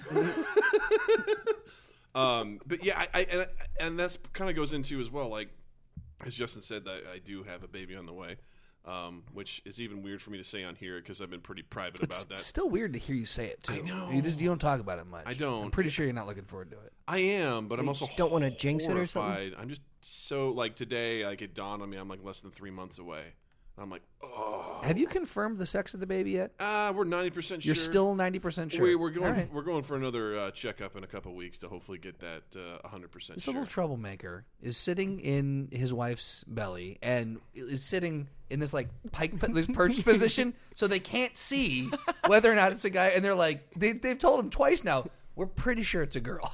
Um, but yeah, I, I and I- and that's kind of goes into as well. Like as Justin said, that I do have a baby on the way, um, which is even weird for me to say on here because I've been pretty private about that. It's still weird to hear you say it too. I know. You just you don't talk about it much. I don't. I'm pretty sure you're not looking forward to it. I am, but I'm also just don't wanna jinx it or something? horrified. I'm just so like today, like it dawned on me, I'm like less than three months away. And I'm like, oh, Have you confirmed the sex of the baby yet? ah, we're ninety percent sure. You're still 90% sure. We, we're going. All right. We're going for another uh, checkup in a couple weeks to hopefully get that uh, hundred percent This sure. little troublemaker is sitting in his wife's belly and is sitting in this like pike this perch position, so they can't see whether or not it's a guy. And they're like, they, they've told him twice now. We're pretty sure it's a girl,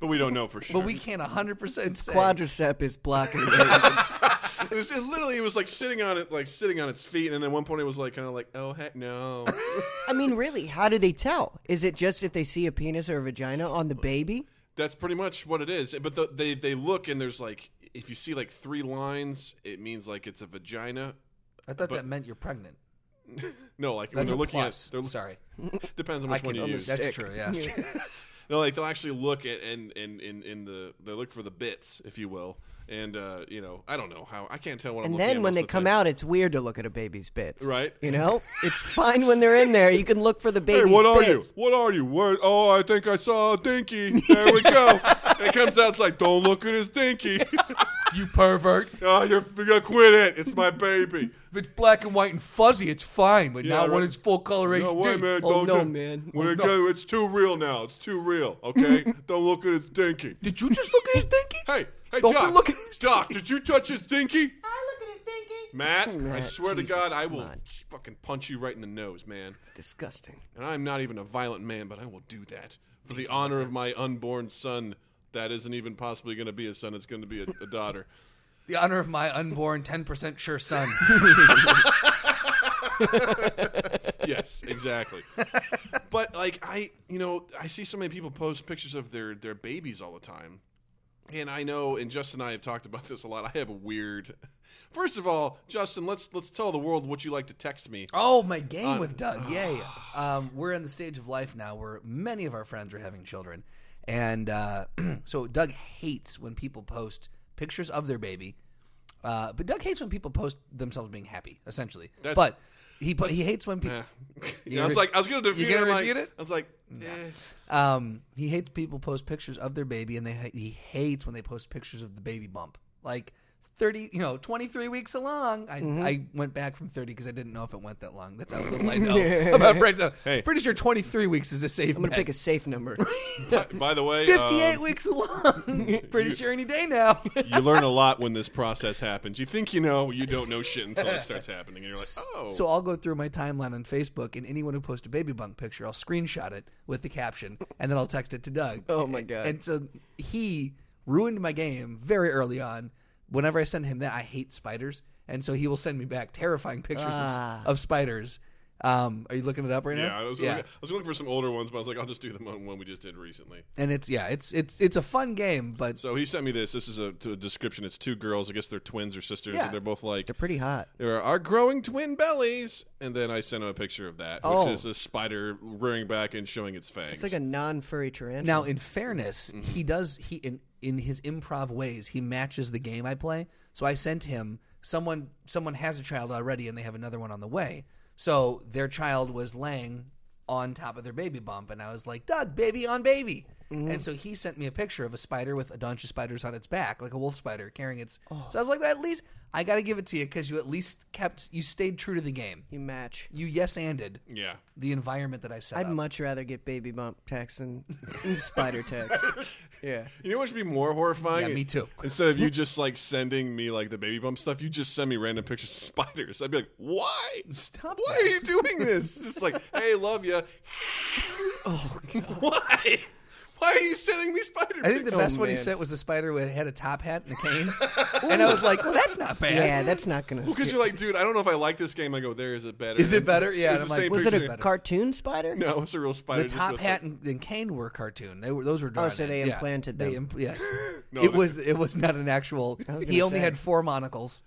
but we don't know for sure. but we can't hundred percent say. Quadricep is blocking. it. It was- it literally, it was like sitting on it, like sitting on its feet, and then at one point it was like kind of like, oh heck no. I mean, really, how do they tell? Is it just if they see a penis or a vagina on the baby? That's pretty much what it is. But the, they they look and there's like if you see like three lines, it means like it's a vagina. I thought that meant you're pregnant. No, like when That's they're a looking plus. at. They're, Sorry, oh, Depends on which one you use. that's true. Yeah, No, like they'll actually look at and in in in the they look for the bits, if you will, and uh, you know I don't know how I can't tell what I'm And looking at then most when they of the come time. out, it's weird to look at a baby's bits. Right. You know, it's fine when they're in there. You can look for the Hey, baby's what are you? bits. What are you? Where, oh, I think I saw a dinky. There we go. and it comes out. It's like, don't look at his dinky. you pervert. oh, you're, you're gonna quit it. It's my baby. If it's black and white and fuzzy, it's fine, but Yeah, not when right. it's full coloration. No, wait, Dude, man. Oh, don't no, do- man. When Oh, it no. go- it's too real now. It's too real. Okay, don't look at his dinky. Did you just look at his dinky? Hey, hey, Don't be Doc. looking at his Doc, did you touch his dinky? I look at his dinky. Matt, I Matt, swear Jesus, to God, I will come on. fucking punch you right in the nose, man. Disgusting. And I'm not even a violent man, but I will do that for the honor of my unborn son. That isn't even possibly going to be a son. It's going to be a, a daughter. The honor of my unborn 10% sure son. yes, exactly. but like I, you know, I see so many people post pictures of their their babies all the time, and I know, and Justin and I have talked about this a lot. I have a weird. First of all, Justin, let's let's tell the world what you like to text me. oh, my game with Doug. Yay. Um, we're in the stage of life now where many of our friends are having children. And uh, so Doug hates when people post pictures of their baby. Uh, but Doug hates when people post themselves being happy, essentially. That's- but he he hates when people. You know, I was like, I was going to You defeat gonna it. I'm like- refute it? I was like, eh. Um, he hates people post pictures of their baby, and they ha- he hates when they post pictures of the baby bump. Like thirty, you know, twenty three weeks along. I Mm-hmm. I went back from thirty because I didn't know if it went that long. That's how little I know about pregnancy. Hey. Pretty sure twenty three weeks is a safe. I'm gonna pick a safe number. by the way, fifty eight um, weeks along. Pretty sure any day now. you learn a lot when this process happens. You think you know, you don't know shit until it starts happening, and you're like, oh. So I'll go through my timeline on Facebook, and anyone who posts a baby bunk picture, I'll screenshot it with the caption, and then I'll text it to Doug. Oh, my God. And so he ruined my game very early on. Whenever I send him that, I hate spiders, and so he will send me back terrifying pictures of, of spiders. Um, are you looking it up right Ah. yeah, now? I was, Looking, I was looking for some older ones, but I was like, I'll just do the one one we just did recently. and it's yeah, it's it's it's a fun game, but So he sent me this. This is a, to a description. It's two girls. I guess they're twins or sisters. Yeah. And they're both like They're pretty hot. there are growing twin bellies. And then I sent him a picture of that, Oh. which is a spider rearing back and showing its fangs. It's like a non-furry tarantula. Now, in fairness, he does he in in his improv ways he matches the game I play. So I sent him someone someone has a child already and they have another one on the way. So their child was laying on top of their baby bump, and I was like, "Doug, baby on baby." And so he sent me a picture of a spider with a bunch of spiders on its back, like a wolf spider carrying its. So I was like, well, "At least I got to give it to you because you at least kept you stayed true to the game. you match. You yes anded yeah. the environment that I set I'd up." much rather get baby bump text than spider text. yeah. You know what should be more horrifying? Yeah, me too. Instead of you just like sending me like the baby bump stuff, you just send me random pictures of spiders. I'd be like, why? Stop Why that. are you doing this? just like, hey, love ya. Oh, why? Why are you sending me spider? I think the pictures? best one he man. sent was a spider with had a top hat and a cane, and I was like, "Well, that's not bad." Yeah, that's not gonna. Because you're like, dude, I don't know if I like this game. I go, there is a better. Is it better? Yeah, It's and I'm the like, same was is it picture. a cartoon spider? No, it's a real spider. the just top with hat the- and, and cane were cartoon. They were those were drawn. Oh, so in. they Yeah. implanted They them. impl- yes, No, it they- was it was not an actual. was He gonna only say. had four monocles.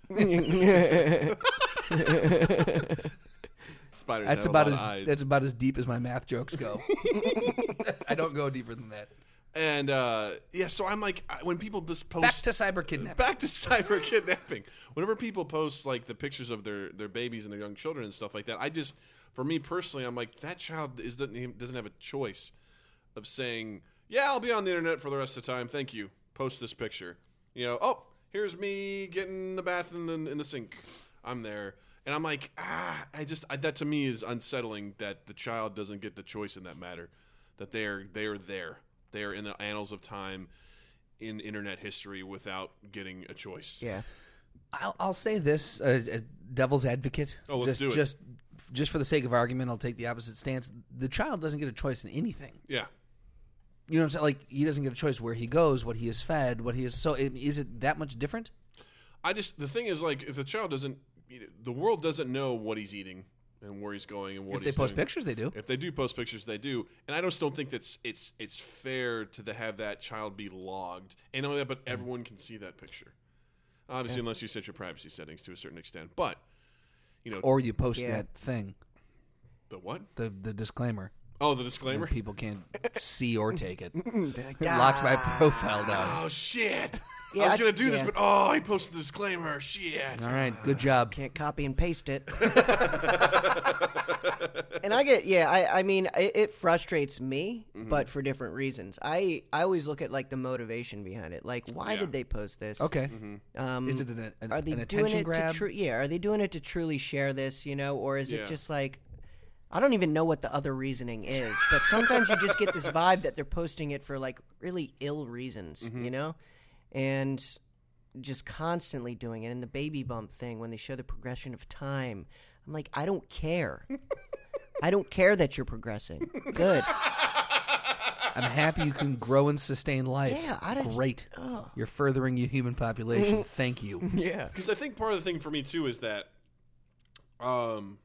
spiders. That's have a lot about as of eyes. that's about as deep as my math jokes go. I don't go deeper than that. and uh, yeah, so I'm like, I- when people just post Back to cyber kidnapping. back to cyber kidnapping. Whenever people post like the pictures of their their babies and their young children and stuff like that, I just, for me personally, I'm like, that child is doesn't even- doesn't have a choice of saying, yeah, I'll be on the internet for the rest of the time. Thank you. Post this picture. You know, oh, here's me getting the bath in the in the sink. I'm there, and I'm like, ah, I just I, that to me is unsettling that the child doesn't get the choice in that matter, that they're they're there, they're in the annals of time, in internet history without getting a choice. Yeah. I'll, I'll say this, uh, uh, devil's advocate. Oh, let's just, do it. Just, just for the sake of argument, I'll take the opposite stance. The child doesn't get a choice in anything. Yeah. You know what I'm saying? Like he doesn't get a choice where he goes, what he is fed, what he is. So I- is it that much different? I just the thing is like if the child doesn't, you know, the world doesn't know what he's eating and where he's going and what if they he's post doing. pictures, they do. If they do post pictures, they do, and I just don't think that's it's it's fair to the, have that child be logged. And not only that, but everyone can see that picture. Obviously, unless you set your privacy settings to a certain extent. But you know Or you post Yeah. that thing, the what? the the disclaimer. Oh, the disclaimer. that people can't see or take it. it locks my "Ah." profile down. Oh shit! Yeah, I I- was gonna do this, yeah. but oh, I posted the disclaimer. Shit. All right, good job. can't copy and paste it. and I get, yeah, I, I mean, it, it frustrates me, but for different reasons. I, I always look at like the motivation behind it. Like, why Yeah. did they post this? Okay, Um, is it an, an, are they an doing attention it grab? to tru- yeah are they doing it to truly share this you know or is Yeah. it just like i don't even know what the other reasoning is but sometimes you just get this vibe that they're posting it for like really ill reasons you know and just constantly doing it and the baby bump thing when they show the progression of time i'm like i don't care i don't care that you're progressing good I'm happy you can grow and sustain life. Yeah, I oh. don't- great. You're furthering your human population. Thank you. yeah Because I think part of the thing for me too is that, um,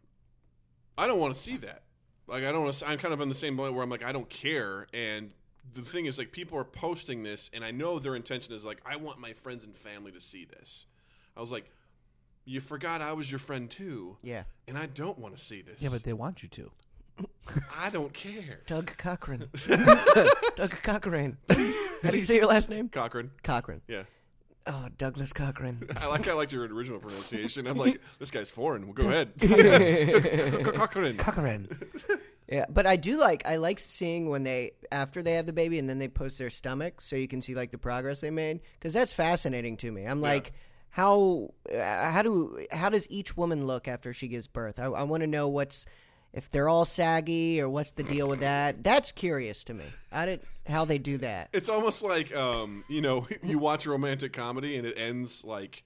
I don't want to see that. Like I don't. Wanna, I'm kind of on the same line where I'm like I don't care. And the thing is, like people are posting this, and I know their intention is like I want my friends and family to see this. I was like, you forgot I was your friend too. yeah And I don't want to see this. Yeah, but they want you to. I don't care. doug cochran doug cochran how do you say your last name Cochran. cochran Yeah. Oh, Douglas Cochran. I like I liked your original pronunciation. I'm like, this guy's foreign. Well, go ahead. Cochran. Cochran. yeah, but I do like I like seeing when they after they have the baby and then they post their stomach so you can see like the progress they made because that's fascinating to me. I'm like, how uh, how do how does each woman look after she gives birth? I, I want to know what's if they're all saggy or what's the deal with that. That's curious to me. I didn't how they do that. It's almost like um, you know, you watch a romantic comedy and it ends like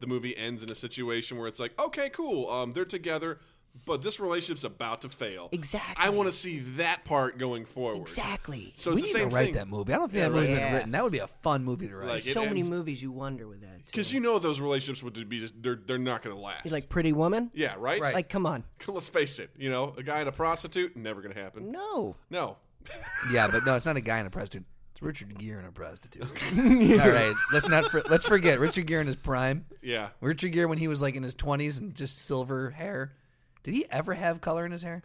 the movie ends in a situation where it's like, okay, cool, um, they're together, but this relationship's about to fail. Exactly. I want to see that part going forward. Exactly. So we it's need the same to write thing. that movie. I don't think that movie's been Yeah. written. That would be a fun movie to write. Like, so many ends- movies you wonder with that. too. Because you know those relationships would be just they're they're not going to last. Like Pretty Woman. yeah, right. Right. Like, come on. let's face it. You know, a guy and a prostitute never going to happen. No. No. yeah, but no, it's not a guy and a prostitute. It's Richard Gere and a prostitute. All right, let's not for, let's forget Richard Gere in his prime. Yeah. Richard Gere when he was like in his twenties and just silver hair. Did he ever have color in his hair?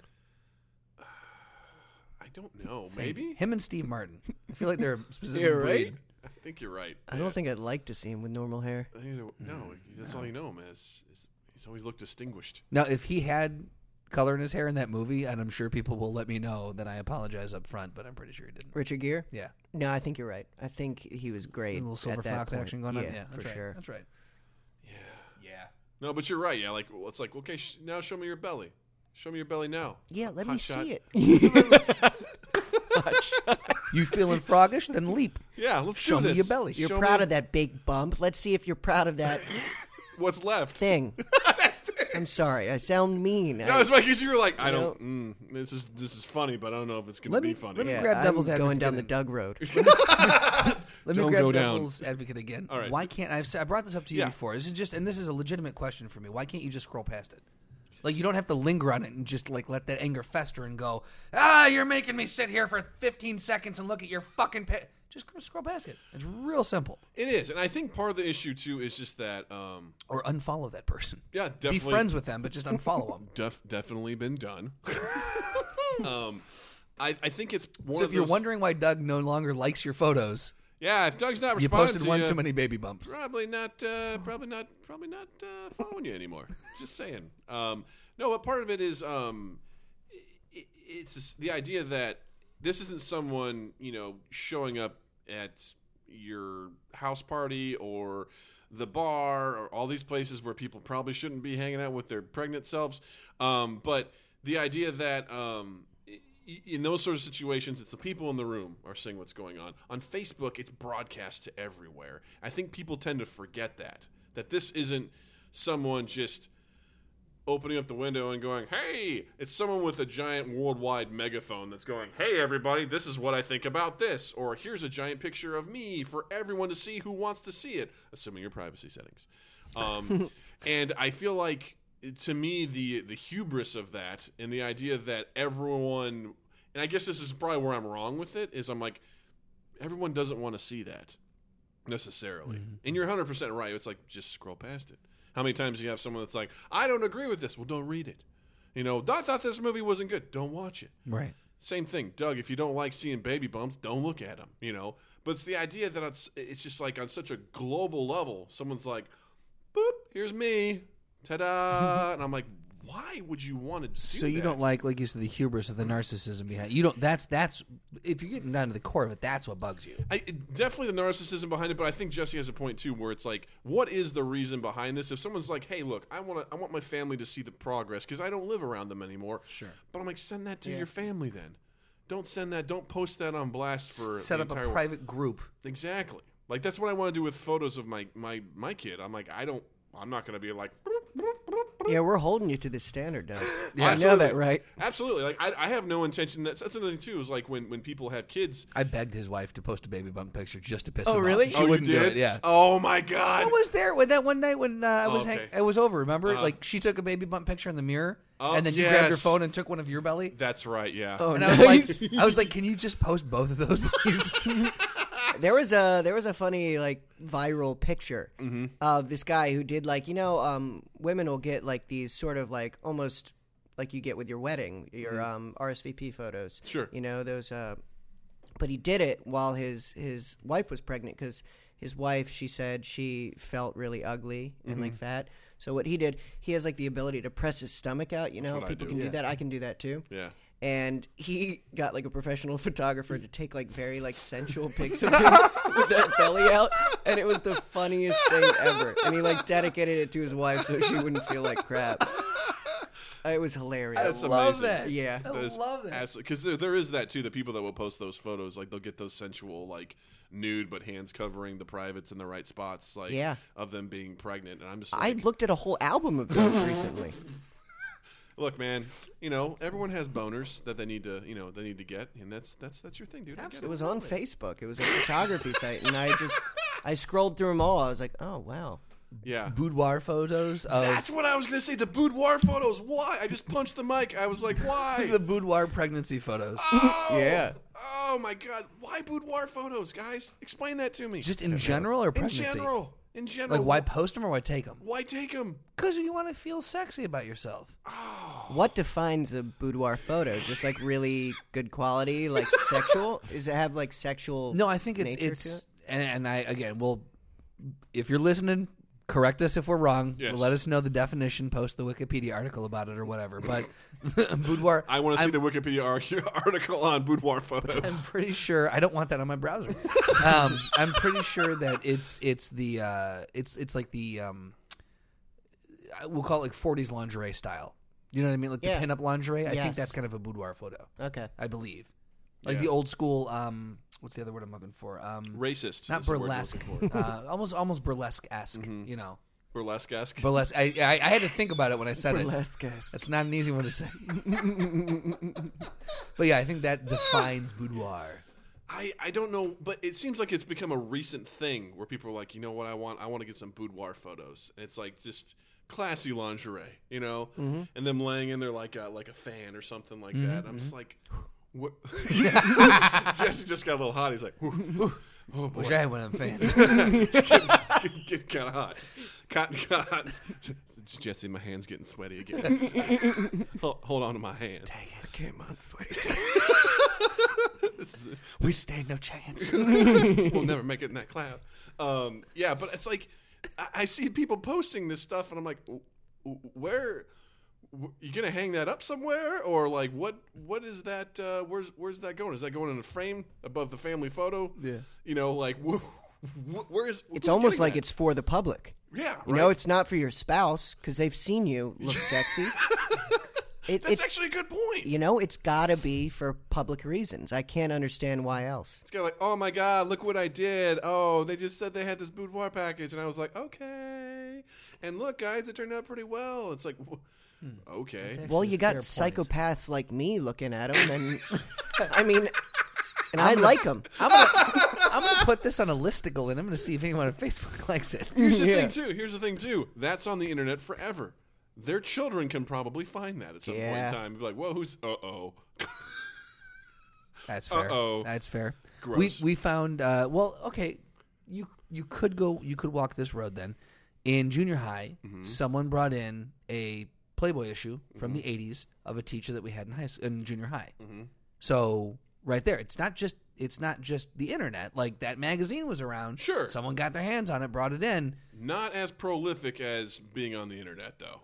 I don't know. Maybe. Him and Steve Martin. I feel like they're a specific Yeah, right? breed. I think you're right. I don't think Mm. I'd like to see him with normal hair. I think that- No, that's all you know him as. Is, he's always looked distinguished. Now, if he had color in his hair in that movie, and I'm sure people will let me know, then I apologize up front. But I'm pretty sure he didn't. Richard Gere. Yeah, No, I think you're right. I think he was great. a little silver at that fox point. action going yeah, on. Yeah, that's for right. sure. That's right. No, but you're right. Yeah, like well, it's like okay, sh- now show me your belly. Show me your belly now. Yeah, let me Hot shot. see it. You feeling froggish? Then leap. Yeah, let's Show do me this. your belly. You're Show proud me of that big bump. Let's see if you're proud of that What's left? thing. I'm sorry, I sound mean. No, I, it's like you were like, I don't. Mm, this is this is funny, but I don't know if it's gonna Let be me- funny. let me yeah, grab I'm devil's going advocate down the and- Doug Road. Let me Don't grab go down. devil's advocate again. All right. Why can't I've, si brought this up to you Yeah. before? This is just, and this is a legitimate question for me. Why can't you just scroll past it? Like you don't have to linger on it and just like let that anger fester and go. Ah, you're making me sit here for 15 seconds and look at your fucking. Pa-. Just scroll- scroll past it. It's real simple. It is, and I think part of the issue too is just that. Um, Or unfollow that person. yeah, definitely. Be friends with them, but just unfollow them. Def- definitely been done. um, I I think it's one so of if you're those- wondering why Doug no longer likes your photos, Yeah, if Doug's not you responding posted to one ya, too many baby bumps. Probably not. Uh, probably not. Probably not uh, following you anymore. Just saying. Um, no, but part of it is um, i it's the idea that this isn't someone you know showing up at your house party or the bar or all these places where people probably shouldn't be hanging out with their pregnant selves. Um, but the idea that um, i- i- in those sort of situations, it's the people in the room are seeing what's going on. On Facebook, it's broadcast to everywhere. I think people tend to forget that that this isn't someone just opening up the window and going, "Hey!" It's someone with a giant worldwide megaphone that's going, "Hey, everybody! This is what I think about this," or "Here's a giant picture of me for everyone to see who wants to see it," assuming your privacy settings. Um, and I feel like, to me, the the hubris of that and the idea that everyone, and I guess this is probably where I'm wrong with it, is I'm like, everyone doesn't want to see that necessarily. Mm-hmm. And you're 100% right. It's like, just scroll past it. How many times do you have someone that's like, I don't agree with this? Well, don't read it. You know, I thought this movie wasn't good. Don't watch it. Right. Same thing, Doug. If you don't like seeing baby bumps, don't look at them. You know, but it's the idea that it's it's just like on such a global level. Someone's like, "Boop, here's me, ta-da," and I'm like, "Why would you want to do So you that? don't like, like you said, the hubris of the narcissism behind you don't. That's that's if you're getting down to the core of it, that's what bugs you. I, it- definitely the narcissism behind it, but I think Jesse has a point too, where it's like, what is the reason behind this? If someone's like, "Hey, look, I want to, I want my family to see the progress because I don't live around them anymore," sure. But I'm like, send that to your family then. Don't send that. Don't post that on blast for Set the up a entire- private group. Exactly. Like that's what I want to do with photos of my my my kid. I'm like, I don't. I'm not going to be like. Yeah, we're holding you to this standard, though. Yeah, I know that, right? Absolutely. Like I, I have no intention. That's that's another thing too. Is like when when people have kids. I begged his wife to post a baby bump picture just to piss Oh, him off. really? She oh, you wouldn't did. do it. Yeah. Oh my god. I was there when that one night when uh, I was hang- okay. I was over. Remember, like she took a baby bump picture in the mirror, Oh, and then you grabbed your yes. phone and took one of your belly. That's right. Yeah. Oh, And nice. I was like, I was like, can you just post both of those, please? There was a there was a funny like viral picture Mm-hmm. of this guy who did like you know um, women will get like these sort of like almost like you get with your wedding your Mm-hmm. um, RSVP photos Sure. you know those uh, but he did it while his his wife was pregnant because his wife she said she felt really ugly and Mm-hmm. like fat so what he did he has like the ability to press his stomach out you know what I people do. can do that I can do that too Yeah. and he got like a professional photographer to take like very like sensual pics of him with that belly out, and it was the funniest thing ever. And he like dedicated it to his wife so she wouldn't feel like crap. It was hilarious. That's love amazing. that. Yeah. I That is love that. Absolutely, because there, there is that too. The people that will post those photos, like they'll get those sensual, like nude, but hands covering the privates in the right spots, like Yeah. of them being pregnant. And I'm just, I like, looked at a whole album of those recently. look, man, you know, everyone has boners that they need to, you know, they need to get, and that's that's that's your thing, dude. I get It was on Facebook. It was a photography site, and I just I scrolled through them all. I was like, oh wow. yeah. Boudoir photos of That's what I was gonna say. The boudoir photos. Why? I just punched the mic. I was like, why? the boudoir pregnancy photos. oh, Yeah. Oh my god. Why boudoir photos, guys? Explain that to me. Just in general or in pregnancy? general. In general. Like, why post them or why take them? Why take them? Because you want to feel sexy about yourself. What defines a boudoir photo? Just like really good quality, like sexual? Is it have like sexual? No, I think it's nature to it's it? and, and I again, well, if you're listening, correct us if we're wrong. Yes. Let us know the definition. Post the Wikipedia article about it or whatever. But boudoir, I want to see the Wikipedia ar- article on boudoir I'm photos. pretty sure I don't want that on my browser. um, I'm pretty sure that it's it's the uh, it's it's like the um, I- we'll call it like 40s lingerie style. You know what I mean? Like Yeah. the pinup lingerie. I think Yes. that's kind of a boudoir photo. Okay. I believe, like Yeah. the old school. Um, what's the other word I'm looking for? Um, Racist. not is the word we're burlesque. looking for. Mm-hmm. uh, almost almost burlesque esque. You know, Burlesque-esque. burlesque. I, I I had to think about it when I said it. Burlesque guys. That's not an easy one to say. but yeah, I think that defines boudoir. I, I don't know, but it seems like it's become a recent thing where people are like, you know what I want? I want to get some boudoir photos. And it's like just classy lingerie, you know? Mm-hmm. And them laying in there like a, like a fan or something like that. I'm Mm-hmm. just like, what? Jesse just got a little hot. He's like, "Whew, oh boy. Wish I had one of them fans. get, kind of hot. Cotton, kind of hot. Jesse, my hand's getting sweaty again. hold, hold on to my hand. I came on sweaty. we stand no chance. we'll never make it in that cloud. Um, yeah, but it's like I, I see people posting this stuff, and I'm like, "W- w- where w- you gonna hang that up somewhere, or like what? What is that? Uh, where's Where's that going? Is that going in a frame above the family photo? Yeah. you know, like. Wh- Wh- Where is? who's It's almost getting like that? it's for the public. Yeah, You right. know, it's not for your spouse because they've seen you look sexy. It, That's it- actually a good point. you know, it's got to be for public reasons. I can't understand why else. It's kind of like, oh my god, look what I did. Oh, they just said they had this boudoir package, and I was like, okay. And look, guys, it turned out pretty well. It's like, wh- okay. Well, Actually, you got fair point. psychopaths like me looking at them, and I mean, and I like them. I'm gonna, I'm gonna put this on a listicle, and I'm gonna see if anyone on Facebook likes it. Here's the thing too. Here's the thing too. That's on the internet forever. Their children can probably find that at some point Yeah. in time. Be like, whoa, who's? Uh oh. That's fair. Uh-oh. That's fair. Gross. We we found uh, well, okay, you you could go you could walk this road then. In junior high, Mm-hmm. someone brought in a Playboy issue from the 80s of a teacher that we had in high s- in junior high. Mm-hmm. So right there, it's not just it's not just the internet. Like that magazine was around. Sure. someone got their hands on it, brought it in. Not as prolific as being on the internet, though.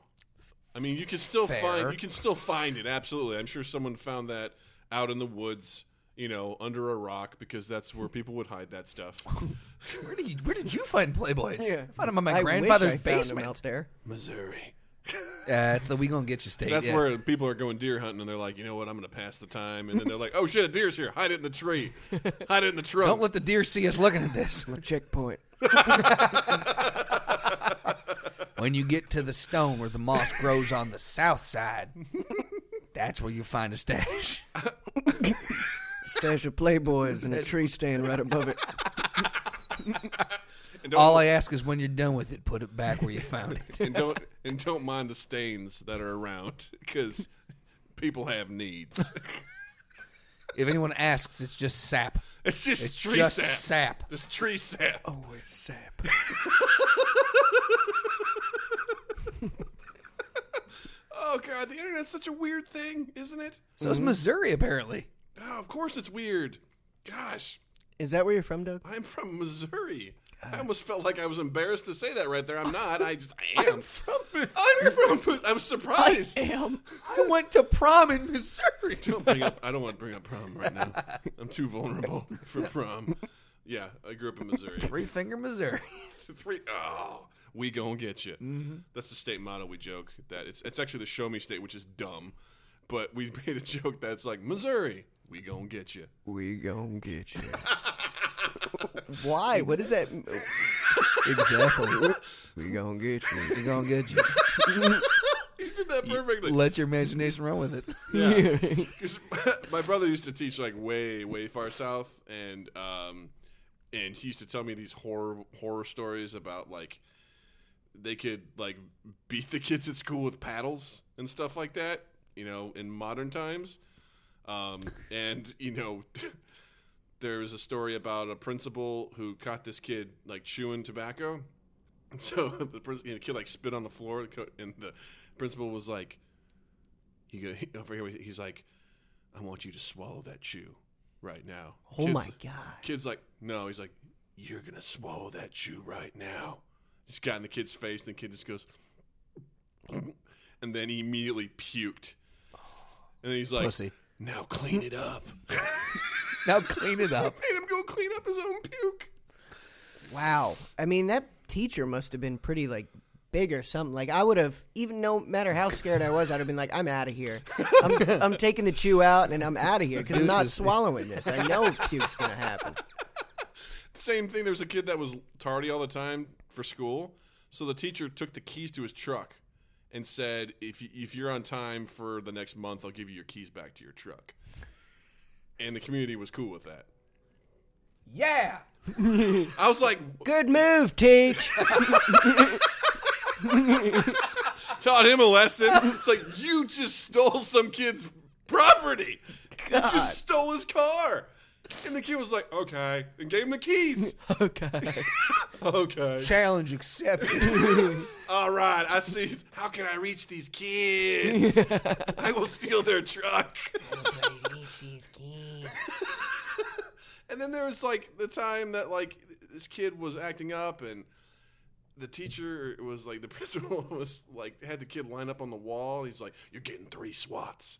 I mean, you can still Fair. find you can still find it. Absolutely, I'm sure someone found that out in the woods, you know, under a rock because that's where people would hide that stuff. Where did you, where did you find Playboys? I found them in my I wish grandfather's I found 'em out basement. there. Missouri. Yeah, it's the we gonna get you state. That's yeah. where people are going deer hunting, and they're like, you know what, I'm going to pass the time, and then they're like, oh shit, a deer's here, hide it in the tree, hide it in the trunk. Don't let the deer see us looking at this. Checkpoint. When you get to the stone where the moss grows on the south side, that's where you find a stash. Stash of Playboys and a tree stand right above it. and don't, All I ask is when you're done with it, put it back where you found it. and don't and don't mind the stains that are around because people have needs. If anyone asks, it's just sap. It's just It's tree just sap. sap. Just tree sap. Oh. Sap. Oh god, the internet's such a weird thing, isn't it? So it's Missouri, apparently. Oh, of course it's weird. Gosh, Is that where you're from, Doug? I'm from Missouri. I almost felt like I was embarrassed to say that right there. I'm not. I just I am. I'm from I'm from I'm surprised. Am. I went to prom in Missouri. Don't bring up I don't want to bring up prom right now. I'm too vulnerable for prom. Yeah, I grew up in Missouri. Three Finger, Missouri. Three oh, we gonna get you. That's the state motto. We joke that it's it's actually the Show Me State, which is dumb, but we made a joke that's like Missouri. We gonna get you. We gonna get you. Why? What is that? Exactly. We gonna get you. You're going to get you. He did that perfectly. Let your imagination run with it. Yeah. 'Cause my brother used to teach like way, way far south, and um, and he used to tell me these horror horror stories about like they could like beat the kids at school with paddles and stuff like that. You know, in modern times, um, and you know. There was a story about a principal who caught this kid like chewing tobacco, and so the, prin- the kid like spit on the floor, and the principal was like, he go he, over here. He's like, I want you to swallow that chew right now. Oh Kid's- my god. Kid's like, no. He's like, you're gonna swallow that chew right now. He's got in the kid's face, and the kid just goes, and then he immediately puked. And then he's like, Pussy. now clean it up. Now clean it up. Made him go clean up his own puke. Wow. I mean, that teacher must have been pretty like big or something. Like I would have, even no matter how scared I was, I'd have been like, I'm out of here. I'm, I'm taking the chew out and I'm out of here because I'm not Deuces. swallowing this. I know puke's gonna happen. Same thing. There's a kid that was tardy all the time for school, so the teacher took the keys to his truck and said, "If you, if you're on time for the next month, I'll give you your keys back to your truck." And the community was cool with that. Yeah. I was like, Good move, teach. taught him a lesson. It's like you just stole some kid's property. You just stole his car. And the kid was like, "Okay," and gave him the keys. okay. okay. Challenge accepted. All right, I see. How can I reach these kids? I will steal their truck. and then there was like the time that like this kid was acting up, and the teacher was like, the principal was like, had the kid line up on the wall. He's like, "You're getting three swats."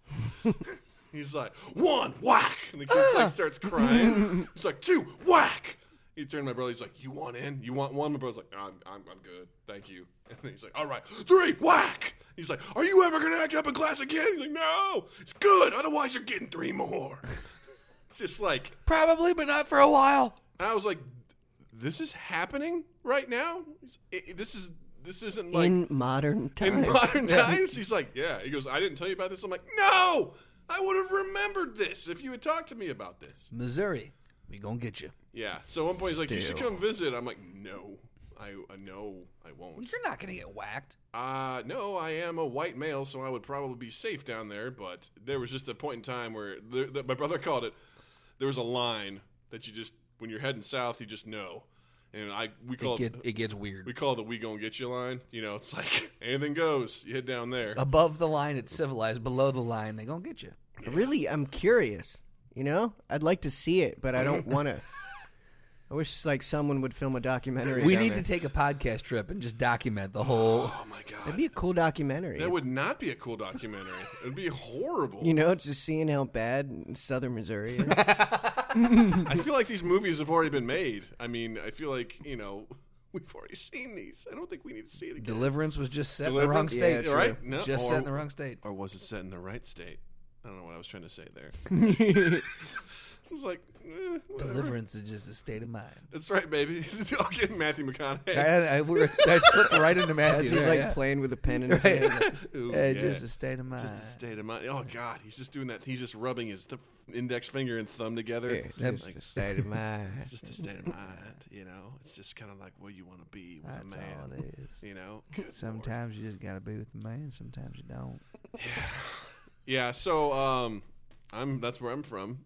He's like, one, whack. And the kid like, starts crying. He's like, two, whack. He turned to my brother. He's like, "You want in? You want one?" My brother's like, "I'm, I'm, I'm good, thank you." And then he's like, "All right, three, whack." He's like, "Are you ever gonna act up in class again?" He's like, "No, it's good. Otherwise, you're getting three more." it's just like Probably, but not for a while. and I was like, "This is happening right now. It's- it- it- this is this isn't like in modern in times. modern times." He's like, "Yeah." He goes, "I didn't tell you about this." I'm like, "No, I would have remembered this if you had talked to me about this." Missouri, we gonna get you. Yeah. So at one point he's like, "You should come visit." I'm like, "No, I uh, no, I won't." You're not gonna get whacked. Uh no, I am a white male, so I would probably be safe down there. But there was just a point in time where the, the, my brother called it. There was a line that you just when you're heading south, you just know. And I we call It, it, get, it gets we weird. call it the "we gonna get you" line. You know, it's like anything goes. You head down there. Above the line, it's civilized. Below the line, they gonna get you. Really, I'm curious. You know, I'd like to see it, but I don't want to. I wish like someone would film a documentary. We down need there. to take a podcast trip and just document the whole. oh my god, That'd be a cool documentary. that would not be a cool documentary. it would be horrible. you know, just seeing how bad Southern Missouri is. I feel like these movies have already been made. I mean, I feel like you know we've already seen these. I don't think we need to see it again. Deliverance was just set in the wrong Deliverance? state, Yeah, right? No, just or- set in the wrong state. or was it set in the right state? I don't know what I was trying to say there. it was like eh, whatever. Deliverance is just a state of mind. That's right, baby. I'll get Matthew McConaughey. I, I, we're, I slipped right into Matthew. That's he's there, like yeah. playing with a pen in his Right. hand. like, Ooh, Yeah, yeah. just a state of mind. Just a state of mind. Oh God, he's just doing that. He's just rubbing his th- index finger and thumb together. "Here, just Like, a state of mind." it's just a state of mind. You know, it's just kind of like where you want to be with a That's man. all it is. You know, Sometimes you just gotta be with the man. Sometimes you don't. yeah. So, um, I'm that's where I'm from.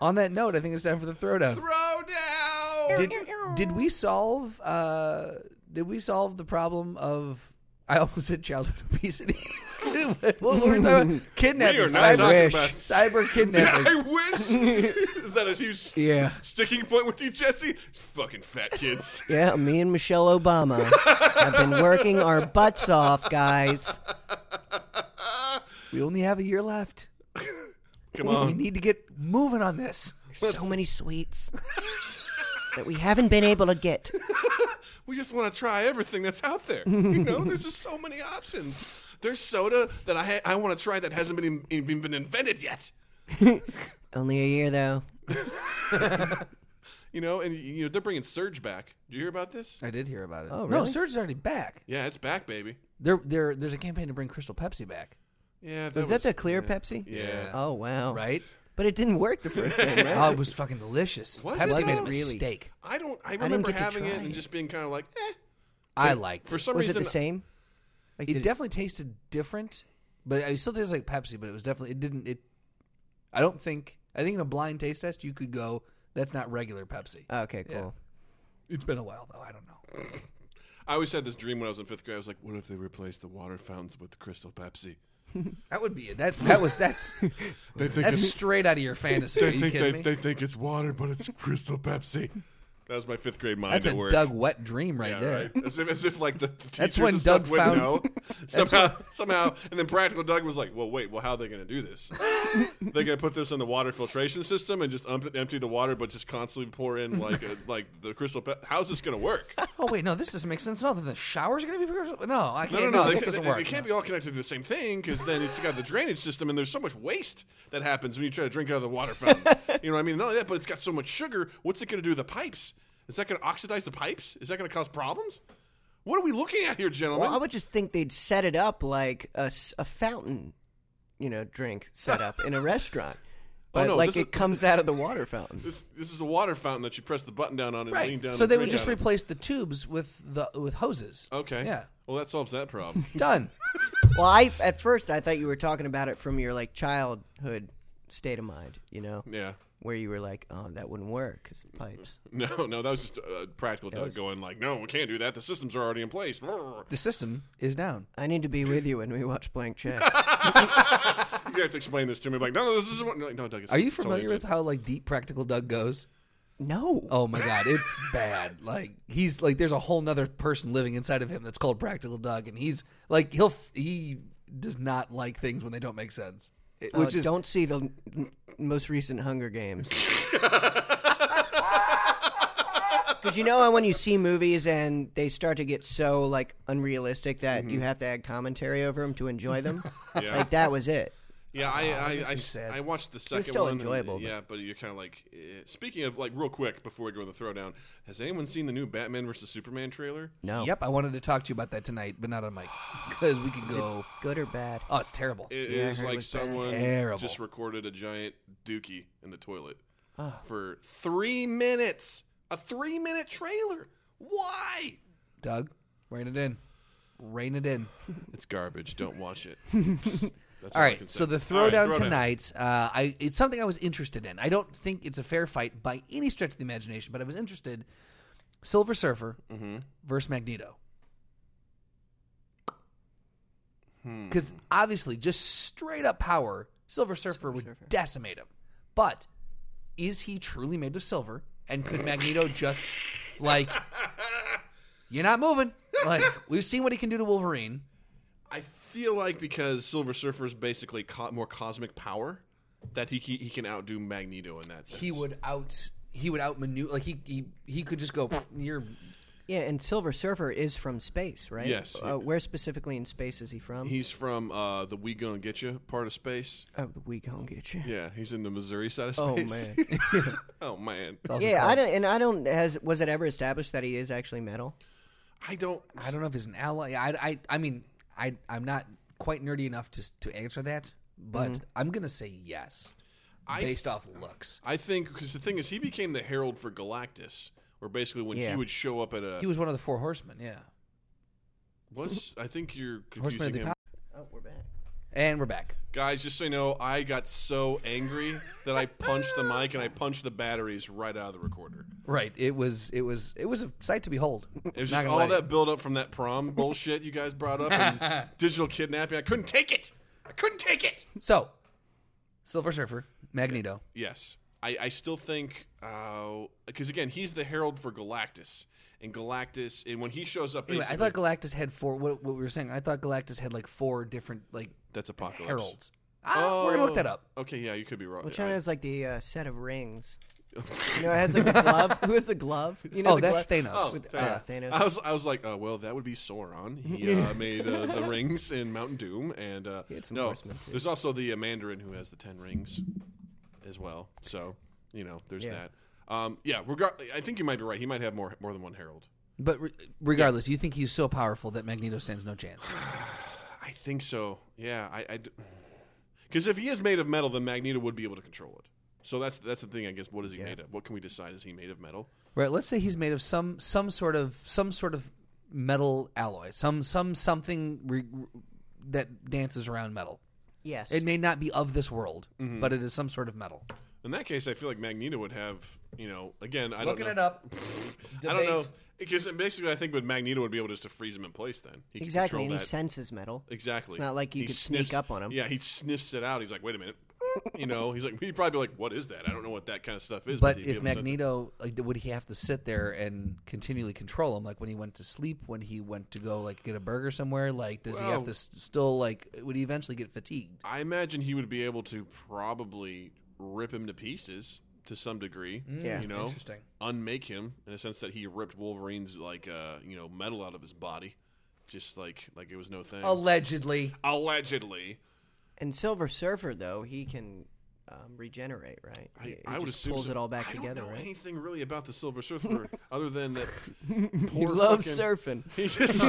On that note, I think it's time for the throwdown. Throw down. Did, did we solve? Uh, did we solve the problem of? I almost said childhood obesity. what were we talking about? Kidnapping. We are not cyber, talking wish. about cyber kidnapping. I wish. Is that a huge Yeah. sticking point with you, Jesse? Fucking fat kids. Yeah, me and Michelle Obama have been working our butts off, guys. We only have a year left. Come We on. need to get moving on this. There's so many sweets that we haven't been able to get. We just want to try everything that's out there. You know, there's just so many options. There's soda that I ha- I want to try that hasn't been in- even been invented yet. Only a year though. You know, and you know they're bringing Surge back. Did you hear about this? I did hear about it. Oh, No, really? Surge is already back. Yeah, it's back, baby. There, there, there's a campaign to bring Crystal Pepsi back, Yeah, that Was that the clear Pepsi? Yeah. Oh wow. right? But it didn't work the first time, right? Oh, it was fucking delicious. Was it Pepsi made a though? Really? mistake. I don't. I remember get to having it try and it. just being kind of like, eh. I liked For it. some was it reason, the same? Like, It did definitely tasted different, but it still tastes like Pepsi. But it was definitely it didn't. It. I don't think. I think in a blind taste test, you could go. That's not regular Pepsi. Uh, Oh, okay, cool. It's been a while though. I don't know. I always had this dream when I was in fifth grade. I was like, what if they replaced the water fountains with the Crystal Pepsi? That would be it. That that was that's They think that's it's- straight out of your fantasy. Are They you think kidding they, me? they think it's water, but it's crystal Pepsi. That was my fifth grade mind that's at a work. Doug Wet dream right yeah, there. right. As if, as if like the teachers when and Doug stuff wouldn't found- know. somehow, somehow, and then practical Doug was like, "Well, wait, well, how are they going to do this? They're going to put this in the water filtration system and just um, empty the water, but just constantly pour in like a, like the crystal. Pe- How's this going to work? Oh wait, no, this doesn't make sense. No, then the shower's gonna be progressive. No, I No, no, can't. no. No, they, this ca- doesn't they- work. they can't be all connected to the same thing because then it's got the drainage system, and there's so much waste that happens when you try to drink out of the water fountain. you know what I mean? Not only that, but it's got so much sugar. What's it going to do to the pipes? Is that going to oxidize the pipes? Is that going to cause problems? What are we looking at here, gentlemen? Well, I would just think they'd set it up like a, s- a fountain, you know, drink set up in a restaurant. Oh, But no, like this it is- comes out of the water fountain. this, this is a water fountain that you press the button down on and lean right. down. So and they would drink just out of. replace the tubes with the with hoses. Okay. Yeah. Well, that solves that problem. Done. Well, I at first I thought you were talking about it from your like childhood state of mind, you know, yeah. where you were like, "Oh, that wouldn't work because the pipes." No, no, that was just uh, practical Doug was- going like, no, we can't do that. The systems are already in place. the system is down. I need to be with you when we watch Blank Check. You have to explain this to me. like, no, no, this is what. No, Doug. It's, Are you it's totally familiar with legit. how like deep practical Doug goes? no, Oh my god, it's bad. Like he's like there's a whole nother person living inside of him that's called practical Doug, and he's like he'll f- he does not like things when they don't make sense. It- Uh, Which is don't see the n- most recent Hunger Games. Because you know how when you see movies and they start to get so like unrealistic that you have to add commentary over them to enjoy them. Mm-hmm. Yeah. Like that was it. Yeah, I I, I, sad. I watched the second still one, enjoyable. but- Yeah, but you're kind of like. eh, Speaking of, like, real quick before we go in the throwdown, has anyone seen the new Batman versus Superman trailer? No. Yep, I wanted to talk to you about that tonight, but not on mic because we could go. Good or bad? Oh, it's terrible. It is Yeah, I heard it like was someone terrible. just recorded a giant dookie in the toilet for three minutes. A three minute trailer. Why? Doug, rein it in. Rein it in. It's garbage. Don't watch it. That's All I right. can So say. the All right, throwdown tonight, uh, I it's something I was interested in. I don't think it's a fair fight by any stretch of the imagination, but I was interested. Silver Surfer Mm-hmm. versus Magneto. Hmm. Because obviously, just straight up power, Silver Surfer would decimate him. But is he truly made of silver? And could Magneto just like you're not moving? Like we've seen what he can do to Wolverine. I feel like because Silver Surfer is basically co- more cosmic power, that he, he he can outdo Magneto in that sense. he would out he would outmaneuver like he he, he could just go "Pfft, you're Yeah, and Silver Surfer is from space, right? Yes. Uh, where specifically in space is he from? He's from uh, the We Gonna Get You part of space. oh, the weak home get you. Yeah, he's in the Missouri side of Oh, space. Oh man, oh man. Yeah, I don't, and I don't. Has was it ever established that he is actually metal? I don't. I don't know if he's an ally I I, I mean I I'm not quite nerdy enough to to answer that but I'm gonna say yes I based off looks I think because the thing is, he became the herald for Galactus, where basically when Yeah. he would show up at a he was one of the four horsemen yeah was I think you're horsemen of confusing the him. power Oh, we're back. and we're back Guys, just so you know, I got so angry that I punched the mic and I punched the batteries right out of the recorder. right it was it was it was a sight to behold It was just all that build up from that prom bullshit you guys brought up and digital kidnapping. I couldn't take it. I couldn't take it. so Silver Surfer Magneto Yes. I, I still think because again he's the herald for Galactus and Galactus and when he shows up anyway I basically- thought Galactus had four what, what we were saying I thought Galactus had like four different like that's apocalypse heralds Oh. Ah, we're gonna look that up Okay, yeah, you could be wrong. Which I- one has like the uh, set of rings? you know, it has like the glove. Who has the glove? You know, Oh, the that's glove? Thanos. Oh, With, Thanos. uh, Thanos. I was, I was like, oh, well, that would be Sauron. He uh, made uh, the rings in Mountain Doom, and uh, had some no, horsemen, too. there's also the uh, Mandarin who has the ten rings as well. So, you know, there's Yeah. that. Um, yeah, regard- I think you might be right. He might have more more than one herald. But re- regardless, you think he's so powerful that Magneto stands no chance. I think so. Yeah, I, because if he is made of metal, then Magneto would be able to control it. So that's that's the thing, I guess. What is he made of? What can we decide? Is he made of metal? Right? Let's say he's made of some some sort of some sort of metal alloy, some some something re- re- that dances around metal. Yes. It may not be of this world, but it is some sort of metal. In that case, I feel like Magneto would have, you know, again, I Looking don't know. it up. I don't know because basically I think with Magneto would be able to just to freeze him in place. Then he could exactly, control and he that. senses metal. exactly. It's not like you He could sniffs- sneak up on him. Yeah, he sniffs it out. He's like, wait a minute. You know, he's like, he'd probably be like, what is that? I don't know what that kind of stuff is. But he'd be if able to sense it. Magneto, like, would he have to sit there and continually control him? Like when he went to sleep, when he went to go like get a burger somewhere, like does he have Well- to s- still like? Would he eventually get fatigued? I imagine he would be able to probably rip him to pieces to some degree. Yeah. you know, interesting. Unmake him in a sense that he ripped Wolverine's like, uh, you know, metal out of his body, just like like it was no thing. Allegedly, Allegedly, And Silver Surfer though, he can um, regenerate, right? I, He- he I would just assume pulls so. it all back I together, don't know right? anything really about the Silver Surfer other than that. Poor He loves fucking- surfing. He just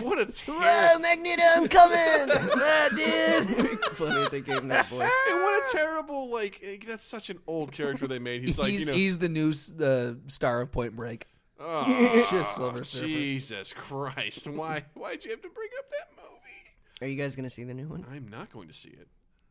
what a Whoa, terrible, Magneto, I'm coming! Ah, dude! Funny they gave him that voice. what a terrible like eh, that's such an old character they made. He's like he's, you know he's the new uh, star of Point Break. oh, Just Silver Surfer. Jesus Christ why why'd you have to bring up that movie? Are you guys gonna see the new one? I'm not going to see it.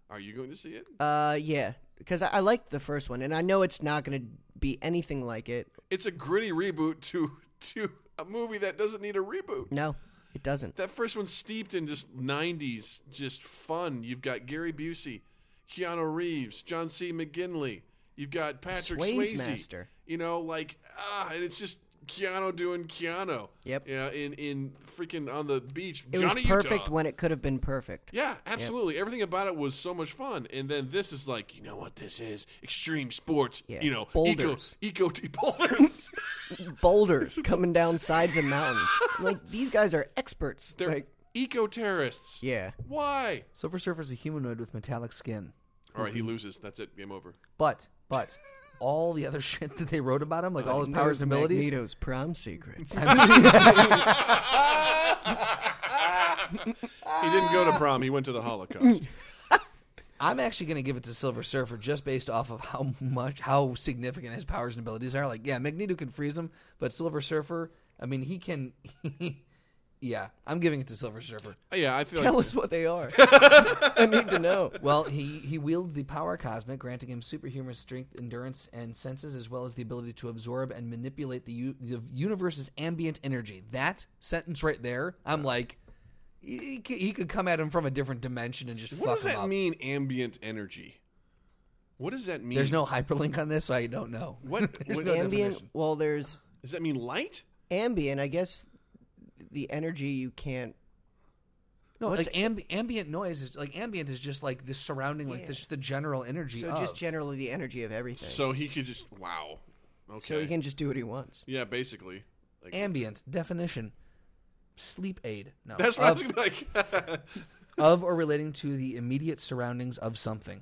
Are you going to see it? Uh, yeah, because I, I liked the first one, and I know it's not gonna be anything like it. It's a gritty reboot to to a movie that doesn't need a reboot. No, it doesn't. That first one's steeped in just '90s, just fun. You've got Gary Busey, Keanu Reeves, John C. McGinley. You've got Patrick Swayze Swayze. Master. You know, like ah, and it's just Keanu doing Keanu. Yep. Yeah, in in freaking on the beach. It Johnny was perfect Utah. when it could have been perfect. Yeah, absolutely. Everything about it was so much fun. And then this is like, you know what this is? Extreme sports. Yeah, You know, boulders. eco eco boulders. Boulders coming down sides of mountains. like these guys are experts. They're like eco terrorists. yeah. Why? Silver Surfer's a humanoid with metallic skin. All Mm-hmm. right, he loses. That's it. Game over. But but all the other shit that they wrote about him, like all his powers and abilities. Magneto's prom secrets. He didn't go to prom. He went to the Holocaust. I'm actually going to give it to Silver Surfer just based off of how much, how significant his powers and abilities are. Like, yeah, Magneto can freeze him, but Silver Surfer, I mean, he can. yeah, I'm giving it to Silver Surfer. Uh, yeah, I feel Tell like us what they are. I need to know. Well, he he wielded the power cosmic, granting him superhuman strength, endurance, and senses, as well as the ability to absorb and manipulate the, u- the universe's ambient energy. That sentence right there, I'm like, he, he could- he could come at him from a different dimension and just what fuck does him that up. mean? Ambient energy. What does that mean? There's no hyperlink on this, so I don't know. what, what no- Ambient. definition. Well, there's does that mean? Light. ambient. I guess the energy you can't. No, What's like amb- ambient noise is like ambient is just like the surrounding, like this the general energy. So of. just generally the energy of everything. So, So he could just wow. Okay. he can just do what he wants. yeah, basically. Like, ambient definition, sleep aid. No, Uh, that's what I was of, gonna be like. of or relating to the immediate surroundings of something.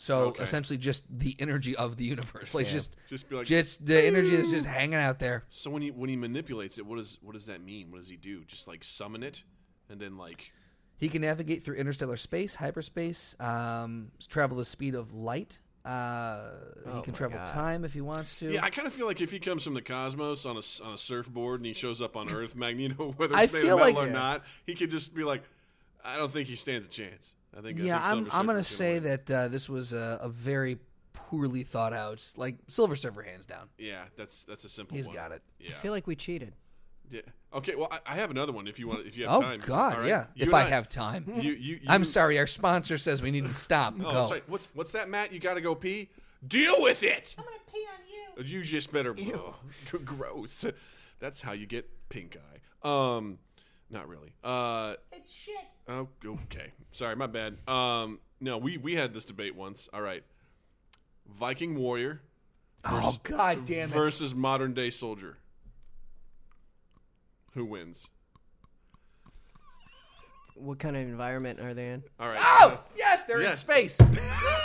So Okay. essentially, just the energy of the universe, like just Just be like- just the energy that's just hanging out there. So when he when he manipulates it, what does what does that mean? What does he do? Just like summon it, and then like He can navigate through interstellar space, hyperspace, um, travel the speed of light. Uh, he can travel time if he wants to. Oh yeah, I kind of feel like if he comes from the cosmos on a s- on a surfboard and he shows up on Earth, Magneto, whether I it's made feel of metal like- or not, he could just be like, I don't think he stands a chance. I think I yeah, think I'm Silver I'm Surfer's gonna say win. that uh, this was a, a very poorly thought out, like Silver Surfer hands down. Yeah, that's that's a simple. He's He's got it. Yeah. I feel like we cheated. Yeah. Okay. Well, I, I have another one. If you want, if you have Oh time. God, All right? yeah. You if and I have time, you, you, you I'm sorry. Our sponsor says we need to stop. Oh, Go. that's right. What's what's that, Matt? You got to go pee. Deal with it. I'm gonna pee on you. You just better. Ugh, gross. That's how you get pink eye. Um, not really. Uh, it's shit. Oh, okay. Sorry, my bad. Um, no, we we had this debate once. All right. Viking warrior Oh God damn it! versus modern day soldier. Who wins? What kind of environment are they in? All right. Oh yes, they're Yeah. in space.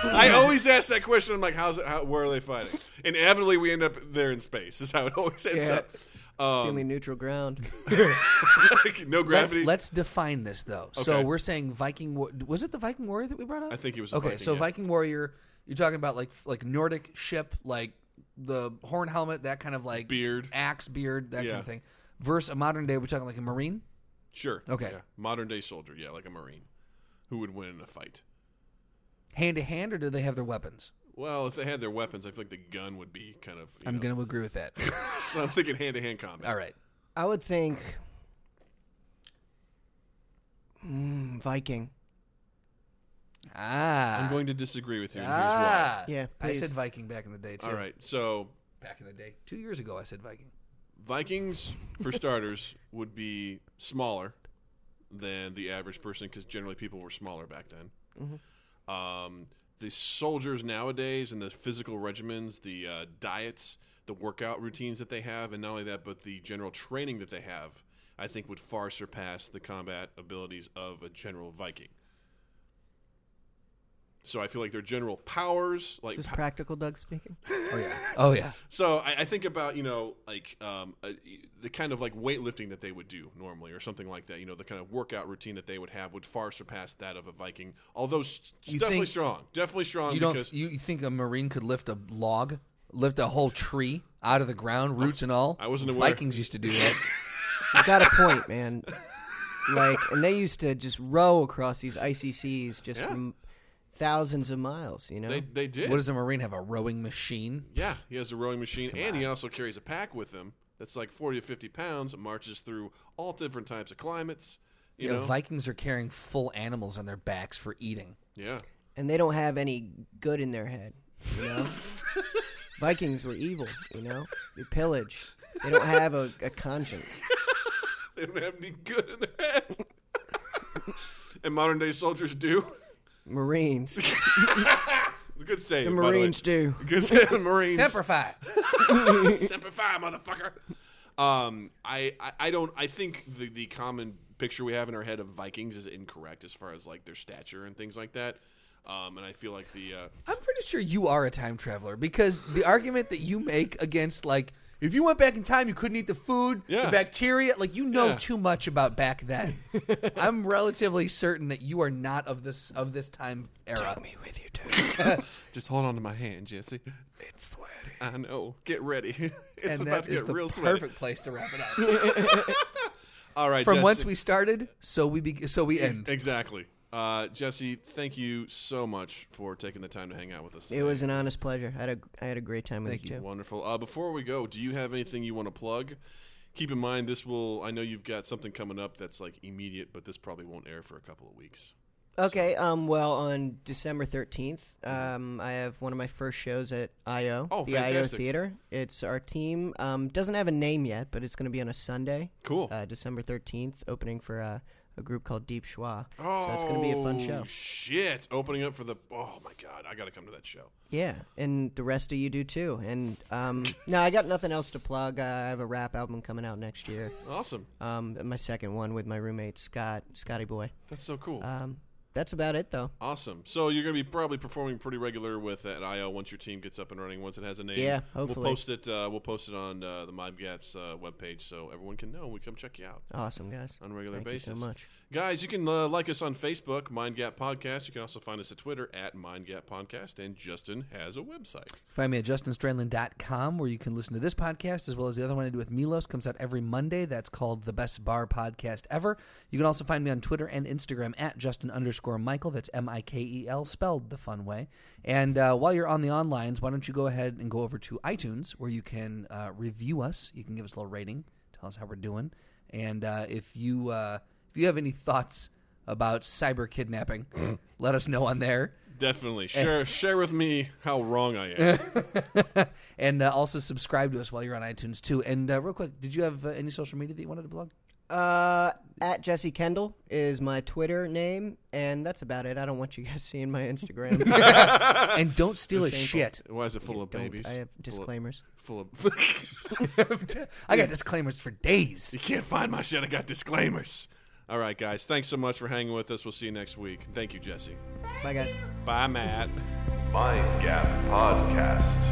I always ask that question. I'm like, how's it, how, where are they fighting? And inevitably, we end up there in space. Is how it always ends Yeah. up. Um, It's the only neutral ground. no let's, gravity. let's define this though. So Okay. we're saying Viking. War- was it the Viking warrior that we brought up? I think it was the Okay, Viking, so yeah. Viking warrior. You're talking about like like Nordic ship, like the horn helmet, that kind of like Beard. axe beard, that kind Yeah. of thing. Versus a modern day, we're talking like a marine. sure. Okay. Yeah. Modern day soldier. Yeah, like a marine. Who would win in a fight? hand to hand, or do they have their weapons? Well, if they had their weapons, I feel like the gun would be kind of. You I'm know, going to agree with that. so I'm thinking hand to hand combat. All right. I would think Mm, Viking. Ah. I'm going to disagree with you. And here's why. ah. Yeah, I please. said Viking back in the day too. All right. So Back in the day, two years ago, I said Viking. Vikings, for starters, would be smaller than the average person because generally people were smaller back then. Mm-hmm. Um, the soldiers nowadays and the physical regimens, the uh, diets, the workout routines that they have, and not only that, but the general training that they have, I think would far surpass the combat abilities of a general Viking. So I feel like their general powers, like Is this pa- practical Doug speaking? Oh yeah. Oh yeah. so I, I think about you know like um, uh, the kind of like weightlifting that they would do normally or something like that. You know the kind of workout routine that they would have would far surpass that of a Viking. Although s- You definitely think- strong, definitely strong. You Oh, because don't. You, you think a marine could lift a log, lift a whole tree out of the ground, roots and all? I wasn't aware. Vikings used to do that. He's got a point, man. Like, and they used to just row across these icy seas just Yeah. from thousands of miles. You know, they they did. what does a marine have? A rowing machine? yeah, he has a rowing machine and he also carries a pack with him that's like forty to fifty pounds. Marches through all different types of climates. You Yeah, know, Vikings are carrying full animals on their backs for eating. yeah. and they don't have any good in their head. You know, Vikings were evil. You know, they pillage. They don't have a, a conscience. They don't have any good in their head. and modern day soldiers do. Marines. It's a good save. The by way. Marines do. Good save, the Marines. Semper Fi. Semper Fi, motherfucker. Um, I, I, I don't. I think the the common picture we have in our head of Vikings is incorrect as far as like their stature and things like that. Um, and I feel like the uh, I'm pretty sure you are a time traveler because the argument that you make against like if you went back in time, you couldn't eat the food, Yeah. the bacteria. Like you know Yeah. too much about back then. I'm relatively certain that you are not of this of this time era. me with you, dude. just hold on to my hand, Jesse. It's sweaty. I know. Get ready. it's And about that to is get the real perfect sweaty. place to wrap it up. All right, From Jesse. whence we started, so we be- so we end. exactly. Uh, Jesse, thank you so much for taking the time to hang out with us. It was an honest pleasure. I had a I had a great time with Thank you. too. Wonderful. Uh, before we go, do you have anything you want to plug? Keep in mind, this will. I know you've got something coming up that's like immediate, but this probably won't air for a couple of weeks. Okay. Um. Well, on December thirteenth, um, I have one of my first shows at IO, Oh, the fantastic. IO Theater. It's our team. Um, doesn't have a name yet, but it's going to be on a Sunday. Cool. Uh, December thirteenth, opening for uh, a group called Deep Schwa. so it's going to be a fun show. Oh, Shit, opening up for the. Oh my god, I got to come to that show. Yeah, and the rest of you do too. And um, no, I got nothing else to plug. Uh, I have a rap album coming out next year. Awesome. Um, my second one with my roommate Scott, Scotty Boy. That's so cool. Um, that's about it though. awesome. So you're going to be probably performing pretty regular with that IO once your team gets up and running. Once it has a name. Yeah, hopefully. We'll post it. Uh, we'll post it on uh, the Mob Gaps uh, webpage so everyone can know. and We come check you out. Awesome guys. on a regular Thank basis. You so much. Guys, you can uh, like us on Facebook, Mind Gap Podcast. You can also find us at Twitter at Mind Gap Podcast, and Justin has a website. Find me at justinstrandland.com where you can listen to this podcast as well as the other one I do with Milos. Comes out every Monday. That's called The Best Bar Podcast Ever. You can also find me on Twitter and Instagram at Justin underscore Michael. That's M I K E L, spelled the fun way. And uh, while you're on the onlines, why don't you go ahead and go over to iTunes where you can uh, review us? You can give us a little rating, tell us how we're doing. And uh, if you uh, if you have any thoughts about cyber kidnapping, let us know on there. Definitely share share with me how wrong I am. and uh, also subscribe to us while you're on iTunes too. And uh, real quick, did you have uh, any social media that you wanted to plug? Uh, at Jesse Kendall is my Twitter name, and that's about it. I don't want you guys seeing my Instagram. and don't steal his shit. Why is it full of Don't- babies? I have disclaimers. Full of. Full of I got disclaimers for days. you can't find my shit. I got disclaimers. All right, guys. Thanks so much for hanging with us. We'll see you next week. Thank you, Jesse. Bye guys. Bye, Matt. Mind Gap Podcast.